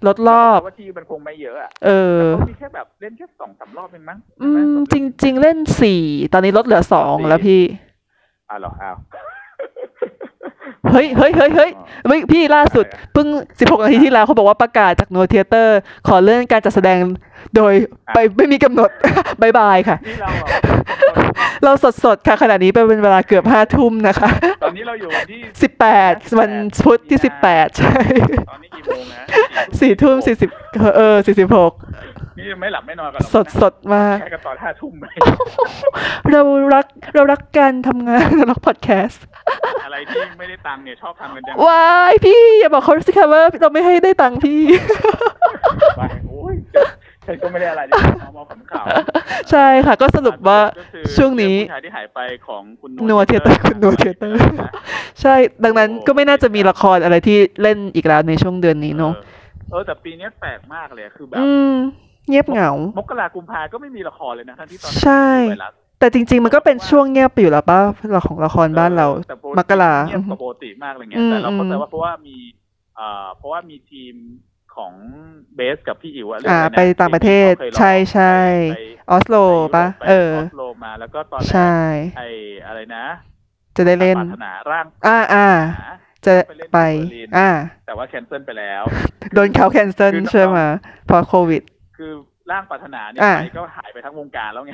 S4: ลดรอบ
S3: ว่าที่มันคงไม่เยอะอ่ะ
S4: เออ
S3: แต่เขามีแค่แบบเล่นแค่สองสามรอบเองมั้ง
S4: อื
S3: ใช่ไห
S4: ม
S3: สอ
S4: จริง ๆ เล่นสี่ตอนนี้ลดเหลือสองแล้วพี่
S3: อ่าหรออ้าว
S4: เฮ้ยเฮ้ยเฮ้ยเฮ้ย
S3: อ๋อ
S4: เฮ้ยพี่ล่าสุด
S3: อะไรอะ
S4: เพิ่ง 16 นาทีที่แล้วเขาบอกว่าประกาศจากโนเทเตอร์ ขอเลื่อนการจัดแสดงโดยไปไม่มีกำหนด บายบายค่ะ
S3: นี่เราอ่ะ
S4: เราสดๆ ค่ะขณะนี้เป็นเวลาเกือบห้าทุ่มนะคะ
S3: ตอนนี้เราอยู่วันที่
S4: 18 วันพุธที่ 18 ใช่
S3: ตอนนี้กี่โมงนะ
S4: สี่ทุ่มสี่สิบเออสี่สิบหก
S3: นี่ยังไม่หลับไม่นอนกันหรอก
S4: สดสดๆมาก
S3: แค่กันตอนห้าทุ่ม ไหม
S4: เรารักเรารักการทำงาน เรารักพอดแคสต์
S3: อะไรที่ไม่ได้ตังค์เนี่ยชอบทำกันจัง
S4: ว้ายพี่อย่าบอกเขาสิคะว่าเราไม่ให้ได้ตังค์พี่
S3: ไปโอ้ยฉันก็ไม่ได้อะไรเลยเอามาขำข่าว
S4: ใช่ค่ะ ก็ สรุปว่า
S3: ก็คือ
S4: ช่วงนี้
S3: ผู้ชายที่หายไปของคุณ
S4: นัวเทเตอร์คุณนัวเทเตอร์
S3: นะ
S4: ใช่ ดังนั้นก็ไม่น่าจะมีละครอะไรที่เล่นอีกแล้วในช่วงเดือนนี้เนาะ
S3: เออแต่ปีนี้แปลกมากเลยคือแบบ
S4: อืม เงียบเหงา
S3: มกรากุมภาก็ไม่มีละครเลยนะทั้งที่ตอนนั้น
S4: ใช่
S3: มีไวรัส
S4: แต่จริง ๆ มันก็เป็นช่วงเงียบไปอยู่แล้วป่ะเราของละครบ้านเรา
S3: แต่ปติ
S4: มกรา
S3: เงียบกว่าปกติมากเลยไง
S4: อืม
S3: แต่เราเข้าใจ
S4: อืม
S3: ว่าเพราะว่ามีเอ่อเพราะว่ามีทีมของเบสกับพี่อิ๋วอะเรื่
S4: อ่า
S3: นั้นน
S4: ไปต่างประเทศ
S3: ที่ขาคยลอง
S4: ใช่ใช่
S3: ไป
S4: ออสโล
S3: ไป
S4: ป่ะ
S3: ไป
S4: เออ
S3: อสโลมาแล้วก็ตอนแรก
S4: ใช่
S3: ไออะไรนะ
S4: จะได้เล่น
S3: ปรารถนาร่าง
S4: อ่าอ่า
S3: หา
S4: จะไป
S3: ไปเล่นที่เบอร์ลิน
S4: อ่า
S3: แต่ว่าแคนเซิลไปแล้ว
S4: โดนเขาแคนเซิล
S3: คือ
S4: ใช่ไหมเพอโควิด
S3: คือร่างปรารถนาเนี่ย
S4: อ่ะ
S3: ไปก็หายไปทั้งวงการแล้วไง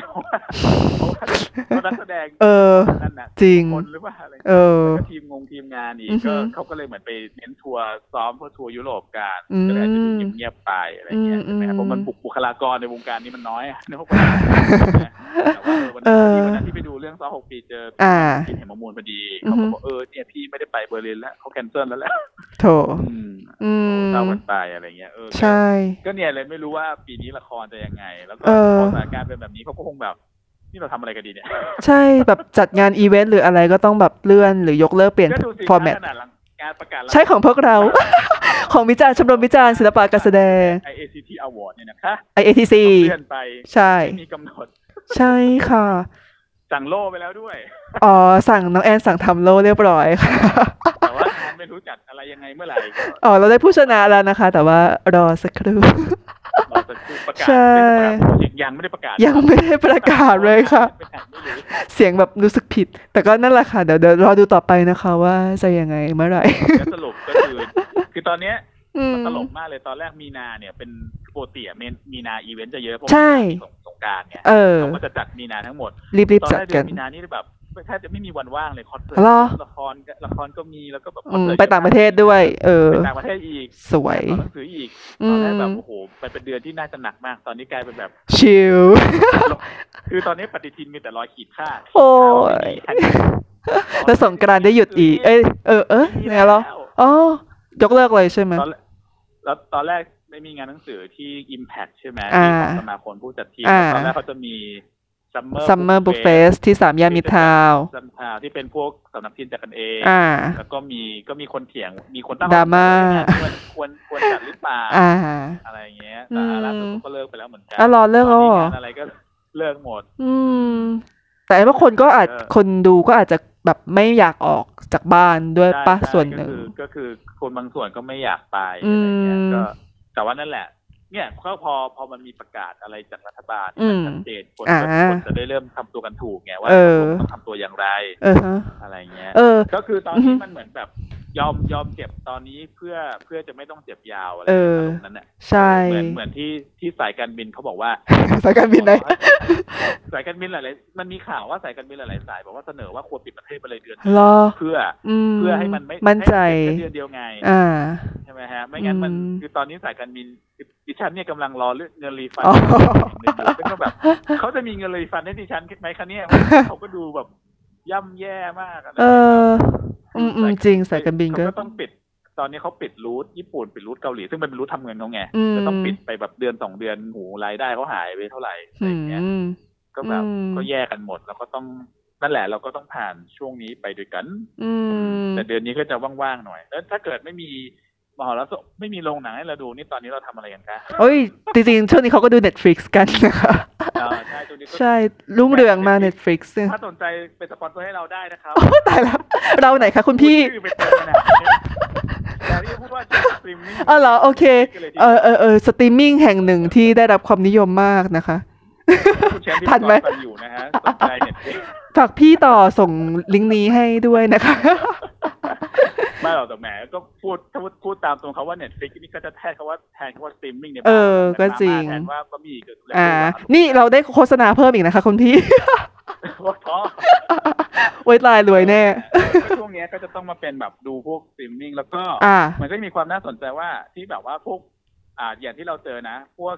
S3: เพราะว่าเพราะว่าเพราะนักแสดง
S4: เออ
S3: นั่นน่ะ
S4: จริง
S3: คนหรือว่าอะไร
S4: เออ
S3: แล้วก็ทีมงงทีมงานอีก
S4: อือ
S3: ก็
S4: หือ
S3: เขาก็เลยเหมือนไปเน้นทัวร์ซ้อมเพื่อทัวร์ยุโรปกัน
S4: อืม
S3: ก็เลยอาจจะดูเงียบๆไปอะไรเงี้ย
S4: อืม
S3: ใช่ไหมครับเพ
S4: อืม
S3: ราะมันบุกบุคลากรในวงการนี้มันน้อยอะนึกว่าคนอื่น แต่ว่าเออวัน
S4: เออ
S3: ที่วันนั้นที่ไปดูเรื่องซ้อมหกปีเจอ
S4: อ่า
S3: พี่เห็นมะมูลพอดี
S4: อือ
S3: เขา
S4: หื
S3: ก็
S4: อ
S3: บอกเออเนี่ยพี่ไม่ได้ไปเบอร์ลินแล้วเขาแคนเซิลแล้วแหละ
S4: โถ
S3: อืม
S4: อืม
S3: เศร้ากันไปอะไรเงี้ยเออ
S4: ใช่
S3: ก็เนี่ยเลยไม่รู้ว่าปีนี้ละครจะยังไง แล้วก็
S4: เออ
S3: พอสถานการณ์เป็นแบบนี้เขาก็คงแบบ นี่เราทำอะไรกันดีเนี่ย
S4: ใช่แบบจัดงานอีเวนต์หรืออะไรก็ต้องแบบเลื่อนหรือยกเลิกเปลี่ยน
S3: ก็ดูสิ
S4: ฟอร์แมต
S3: ขนาดหลังการประกาศ
S4: ใช่ของพวกเรา ของวิจารณ์ชมรมวิจารณ์ศิลปะการแสดง
S3: ไอเอซีทีอวอร์ดเนี่ยนะคะ
S4: ไอเอทีซี
S3: เลื่อนไป
S4: ใช่
S3: ไม่มีกำหนด
S4: ใช่ค่ะ
S3: สั่งโล่ไปแล้วด้วย
S4: อ๋อ สั่งน้องแอนสั่งทำโลเรียบร้อยค่ะ
S3: แต่ว่างานไม่รู้จัดอะไรยังไงเมื่อไหร่ก็
S4: อ๋อ เราได้ผู้ชนะแล้วนะคะ แต่ว่ารอสักครู่
S3: เราจะประกาศ
S4: ใช่
S3: ยังไม่ได้ประกาศ
S4: ยังไม่ได้ประกาศเลยค่ะ
S3: ไม่ทันไม่รู้
S4: เสียงแบบรู้สึกผิด แต่ก็นั่นแหละค่ะ เดี๋ยวเดี๋ยวรอดูต่อไปนะคะว่าจะยังไงเมื่อไหร่
S3: แล้วสรุปก็คือ คือตอนเนี้ย
S4: อืม
S3: ตลกมากเลยตอนแรกมีนาเนี่ยเป็นโปรเตียเมนมีนาอีเวนต์จะเยอะเพราะ
S4: ใช่
S3: ว่ามีสงสงกรารไง
S4: เออ
S3: เขาก็จะจัดมีนาทั้งหมด
S4: รีบรีบ
S3: ตอน
S4: จั
S3: แร
S4: ด
S3: กเดือ
S4: กั
S3: น นมีนานี่แบบ แทบจะไม่มีวันว่างเลยคอนเสิร์
S4: เหรอ
S3: ตละครก็ละครก็มีแล้วก็แบบค
S4: อื
S3: อน
S4: ม
S3: เสิร์ต
S4: ไปต่างประเทศด้วย เออ
S3: ไปต่างประเทศอีก
S4: สวย
S3: สอนหนังสืออีก
S4: อื
S3: ตอนแรก
S4: ม
S3: แบบโอ้โหมันเป็นเดือนที่น่าจะหนักมาก ตอนนี้กลายเป็นแบบ
S4: ชิล
S3: คือตอนนี้ปฏิทินมีแต่รอยขีดค่า
S4: โอ้
S3: ขีดค่
S4: ย
S3: าว่าไม่มีทันที
S4: แล้วสงกรานต์ได้หยุดอีก เอ้ย เออ เออ
S3: ไม่มี
S4: เนี่ยเหรอ
S3: แล้ว
S4: อ๋อยกเลิกเลยใช่ไหม
S3: ตอนแรกแล้วตอนแรกไม่มีงานหนังสือที่ Impact ใช่ไหม
S4: อ่า
S3: ที่ของสมาคมผู้จัดทีม
S4: อ่า
S3: ตอนแรกเขาจะมี Summer
S4: ซัมเมอร์บุฟเฟสที่สามย่านมิตรทาวน์
S3: ซัมอ่าที่เป็นพวกสำนักพิมพ์จากกันเอง
S4: อ่า
S3: แล้วก็มีก็มีคนเถียง มีคนตั้ง
S4: ดราม่า
S3: ควรควรควรจัดหรือเปล่า
S4: อ่า
S3: อะไรอย่างเงี้ยแต่
S4: อืม
S3: ล่าสุดเขาก็เลิกไปแล้วเหมือนกั
S4: อ่ะรอเลิก
S3: ต
S4: แล้
S3: น
S4: ว
S3: นี้
S4: เหรอ
S3: งานอะไรก็เลิกหมด
S4: อืม แต่ว่าคนก็อาจ
S3: เออ
S4: คนดูก็อาจจะแบบไม่อยากออกจากบ้านด้วยปะ
S3: ใช่
S4: ส่วนหนึ่ง
S3: ก็คือก็คือคนบางส่วนก็ไม่อยากไป
S4: อื
S3: อะ
S4: ม
S3: ไรเงี้ยก็แต่ว่านั่นแหละ เนี่ยก็พอพอมันมีประกาศอะไรจากรัฐบาล
S4: อืม
S3: ชัดเจนคน
S4: อ่า
S3: ก็คนจะได้เริ่มทำตัวกันถูกไงว่า
S4: เออ
S3: ตกลงต้องทำตัวอย่างไร
S4: เออฮะ
S3: อะไรเงี้ย
S4: เออ
S3: ก็คือตอน
S4: อือฮึ
S3: นี้มันเหมือนแบบ ยอมยอมเจ็บตอนนี้เพื่อเพื่อจะไม่ต้องเจ็บยาวอะไร
S4: เออ
S3: อารมณ์นั้นแหละ
S4: ใช่
S3: เหมือนเหมือนที่ที่สายการบินเขาบอกว่า
S4: สายการ บินไหน
S3: สายการบินหลายๆมันมีข่าวว่าสายการบินหลายๆสายบอกว่าเสนอว่าควรปิดประเทศไปเลยเดือนหนึ่ง
S4: รอ
S3: เพื่อ
S4: อืม
S3: เพื่อให้มันไม่
S4: มั่นใจ
S3: ห้มันเกิดแค่เดือนเดียวไง
S4: อ่า
S3: ใช่ไหมฮะไม่งั้นมัน
S4: อืม
S3: คือตอนนี้สายการบินคือดิฉันเนี่ยกำลังรอเรื่องเงินรีฟัน
S4: อ๋อ
S3: เป็นก็แบบเขาจะมีเงินรีฟันให้ดิฉันไหมคะเนี่ยเขาก็ดูแบบย่ำแย่มากะนะ
S4: เออ อืมอืมจริงสายการบินก็
S3: เขต้องปิด ตอนนี้เขาปิดรูทญี่ปุ่นปิดรูทเกาหลีซึ่งเป็นรูททำเงินเขาไง
S4: อืม
S3: จะต้องปิดไปแบบเดือนสองเดือนหูรายได้เขาหายไปเท่าไหร่อะไร
S4: อื
S3: อย่างเงี้ย
S4: ม
S3: ก็แบบ
S4: อืม
S3: ก็แย่กันหมดแล้วก็ต้องนั่นแหละเราก็ต้องผ่านช่วงนี้ไปด้วยกัน
S4: อืม
S3: แต่เดือนนี้ก็จะว่างๆหน่อย แล้วถ้าเกิดไม่มีมหรสพไม่มีโรงหนังให้เราดูนี่ตอนนี้เราทำอะไรกันคะ
S4: เอ้ย จริงๆ ช่วงนี้เขาก็ดู Netflix กันนะคะ
S3: เออใช่ตัวนี้ก็
S4: ใช่ รุ่งเรืองมา Netflix เนี่ย
S3: ถ้าสนใจเป็นสปอนเซอร์ให้เราได้นะครับ
S4: โอ้ตายแล้ว เราไหนคะคุณพี่
S3: พูดชื่อไปเต็มขนาดนี้แต่ที่พูดว่าสตรีมมิ่ง
S4: อ๋อเหรอโอเค เออเออเออสตรีมมิ่งแห่งหนึ่งที่ได้รับความนิยมมากนะคะ
S3: คุณแชมป์ที่
S4: ทันไหม
S3: ฟังอยู่นะฮะสนใจเน็ต
S4: ฝากพี่ต่อส่งลิงก์นี้ให้ด้วยนะคะ
S3: ไม่หรอกแต่แหมก็พูดถ้าพูดตามตรงเขาว่าเน็ตฟิกนี่ก็จะแทนเขาว่าแทนเขาว่าสตรีมมิ่งเนี่ย
S4: เออก็จริง
S3: แทนว่าบะหมี่เกิด
S4: อ่า นี่เราได้โฆษณาเพิ่มอีกนะคะคุณพี่
S3: ว่า ท้อ
S4: ไว้ตายรวยแน่
S3: ก็ช่วงเนี้ยก็จะต้องมาเป็นแบบดูพวกสตรีมมิ่งแล้วก็
S4: อ่า
S3: มันก็จะมีความน่าสนใจว่าที่แบบว่าพวกอ่าอย่างที่เราเจอนะ พวก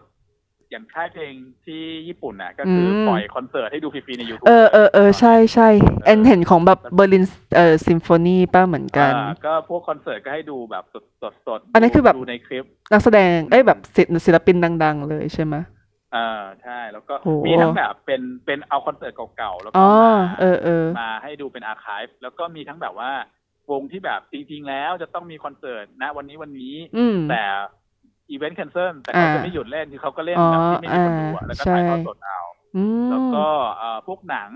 S3: อย่างค่ายเพลงที่ญี่ปุ่นน่ะ ก็คืออ
S4: ม
S3: ปล่อยคอนเสิร์ตให้ดูฟรีๆใน YouTube
S4: เออเออเออใช่ใช่แอนเห็นของแบบเบอร์ลินเอ่อซิมโฟนีป้าเหมือนกัน
S3: อ่าก็พวกคอนเสิร์ตก็ให้ดูแบบสดสดสด
S4: อันนั้นคือแบบ
S3: ดูในคลิป
S4: นักแสดงเอ้ยแบบศิลศิลปินดัง ๆ เลยใช่ไหม
S3: อ่าใช่แล้วก็
S4: โอ้
S3: มีทั้งแบบเป็นเป็นเอาคอนเสิร์ตเก่าๆแล้วก็
S4: อ๋อ
S3: มา
S4: เออเออ
S3: มาให้ดูเป็นอาร์คฟแล้วก็มีทั้งแบบว่าวงที่แบบจริงๆแล้วจะต้องมีคอนเสิร์ตนะวันนี้วันนี้
S4: อืม
S3: แต่อีเวนต์แคนเซิลแต่เขาจะ
S4: อ่า
S3: ไม่หยุดเล่นคือเขาก็เล่นแบบที่ไม่มีคนดู
S4: อ๋อ
S3: อะ
S4: อ่า
S3: แล้วก็ถ่ายทอด
S4: ใช่
S3: สดเอา
S4: อืม
S3: แล้วก็เอ่อพวกหนัง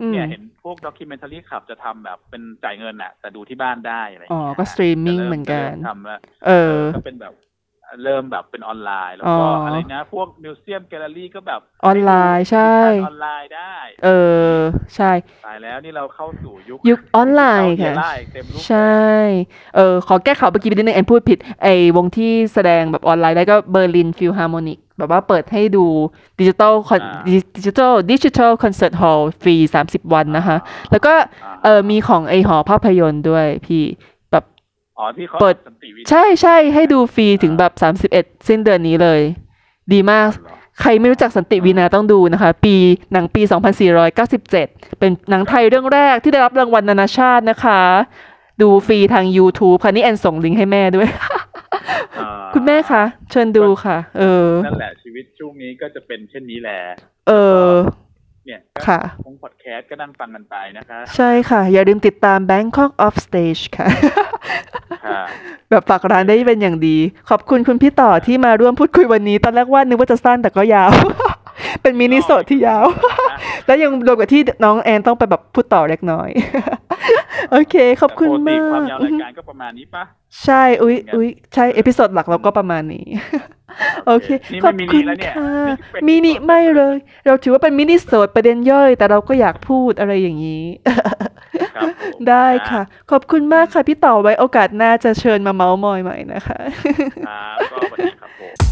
S4: อืม
S3: เนี่ยเห็นพวกด็อกิเมนท r รี่ขับจะทำแบบเป็นจ่ายเงินอะแต่ดูที่บ้านได้อะไร
S4: อ๋อ
S3: ย่างเงี้ย
S4: ก็สตรีมมิ่งเหมือนกัน
S3: จะเริ่ทำแล้ว
S4: เออ
S3: ก็เป็นแบบเริ่มแบบเป็นออนไลน์แล้วก็
S4: อ๋ออ
S3: อะไรนะ พวกมิวเซียมแกลเลอรี่ก็แบบ
S4: ออนไลน์ใช่
S3: ออนไลน์ได้
S4: เออ ใช่
S3: ตายแล้วนี่เราเข้าสู่ยุค
S4: ยุคออนไลน์
S3: เท
S4: ค่ะ
S3: ล่าอีกเต็มรูปแบบ
S4: ใช่ เออ ขอแก้ข่าวเมื่อกี้ไปนิดนึงแอนพูดผิด ไอวงที่แสดงแบบออนไลน์ได้ก็เบอร์ลินฟิลฮาร์โมนิกแบบว่าเปิดให้ดูดิจิตอลคอนดิจิตอลดิจิตอลคอนเสิร์ตฮอลล์ฟรี 30 วันนะคะ แล้วก็
S3: อ่า
S4: เออมีของไอหอภาพยนตร์ด้วยพี่แบบ
S3: อ๋อที่เขา
S4: เปิด
S3: สันติวิธี
S4: ใช่ใช่ให้ดูฟรีถึงแบบ 31 สิ้นเดือนนี้เลย ดีมาก
S3: เหรอ
S4: ใครไม่รู้จักสันติวีนาต้องดูนะคะ ปีหนังปี 2497 เป็นหนังไทยเรื่องแรกที่ได้รับรางวัลนานาชาตินะคะ ดูฟรีทาง YouTube ค่ะนี่แอนส่งลิงก์ให้แม่ด้วย
S3: อ่า
S4: คุณแม่คะ เชิญดูค่ะ เออ
S3: นั่นแหละชีวิตช่วงนี้ก็จะเป็นเช่นนี้แหละ
S4: เออ
S3: เนี่ยก็
S4: ค่ะ
S3: คงพอดแคสต์ก็นั่งฟังกันไปนะคะ
S4: ใช่ค่ะ อย่าลืมติดตาม Bangkok Off Stage ค่ะ
S3: ค่ะ
S4: แบบฝากร้านได้เป็นอย่างดี ขอบคุณคุณพี่ต่อที่มาร่วมพูดคุยวันนี้ ตอนแรกว่านึกว่าจะสั้นแต่ก็ยาว เป็นมินิโซดที่ยาว
S3: นะ
S4: แล้วยังรวมกับที่น้องแอนต้องไปแบบพูดต่อเล็กน้อย โอเค ขอบคุณ
S3: แต่ปกติ
S4: มา
S3: ความ
S4: ก
S3: ยาวรายการก็ประมาณนี้ปะ
S4: ใช่ อุ๊ยอุ๊ยใช่ เอพิโซดหลักเราก็ประมาณนี้ โอเค
S3: นี่
S4: ขอ
S3: ไม่
S4: บ
S3: มิ
S4: คุ
S3: นิ
S4: ณ
S3: แล้วเนี่ย
S4: ค่ะ
S3: เป็
S4: มินิไม่เลย เราถือว่าเป็นมินิโซดประเด็นย่อย แต่เราก็อยากพูดอะไรอย่างนี้
S3: ครับผม
S4: ได้ค่ะ ขอบคุณมากค่ะพี่ต่อไว้โอกาสหน้าจะเชิญมาเมาส์มอยใหม่นะคะ
S3: ครับก็สวัสดีครับผม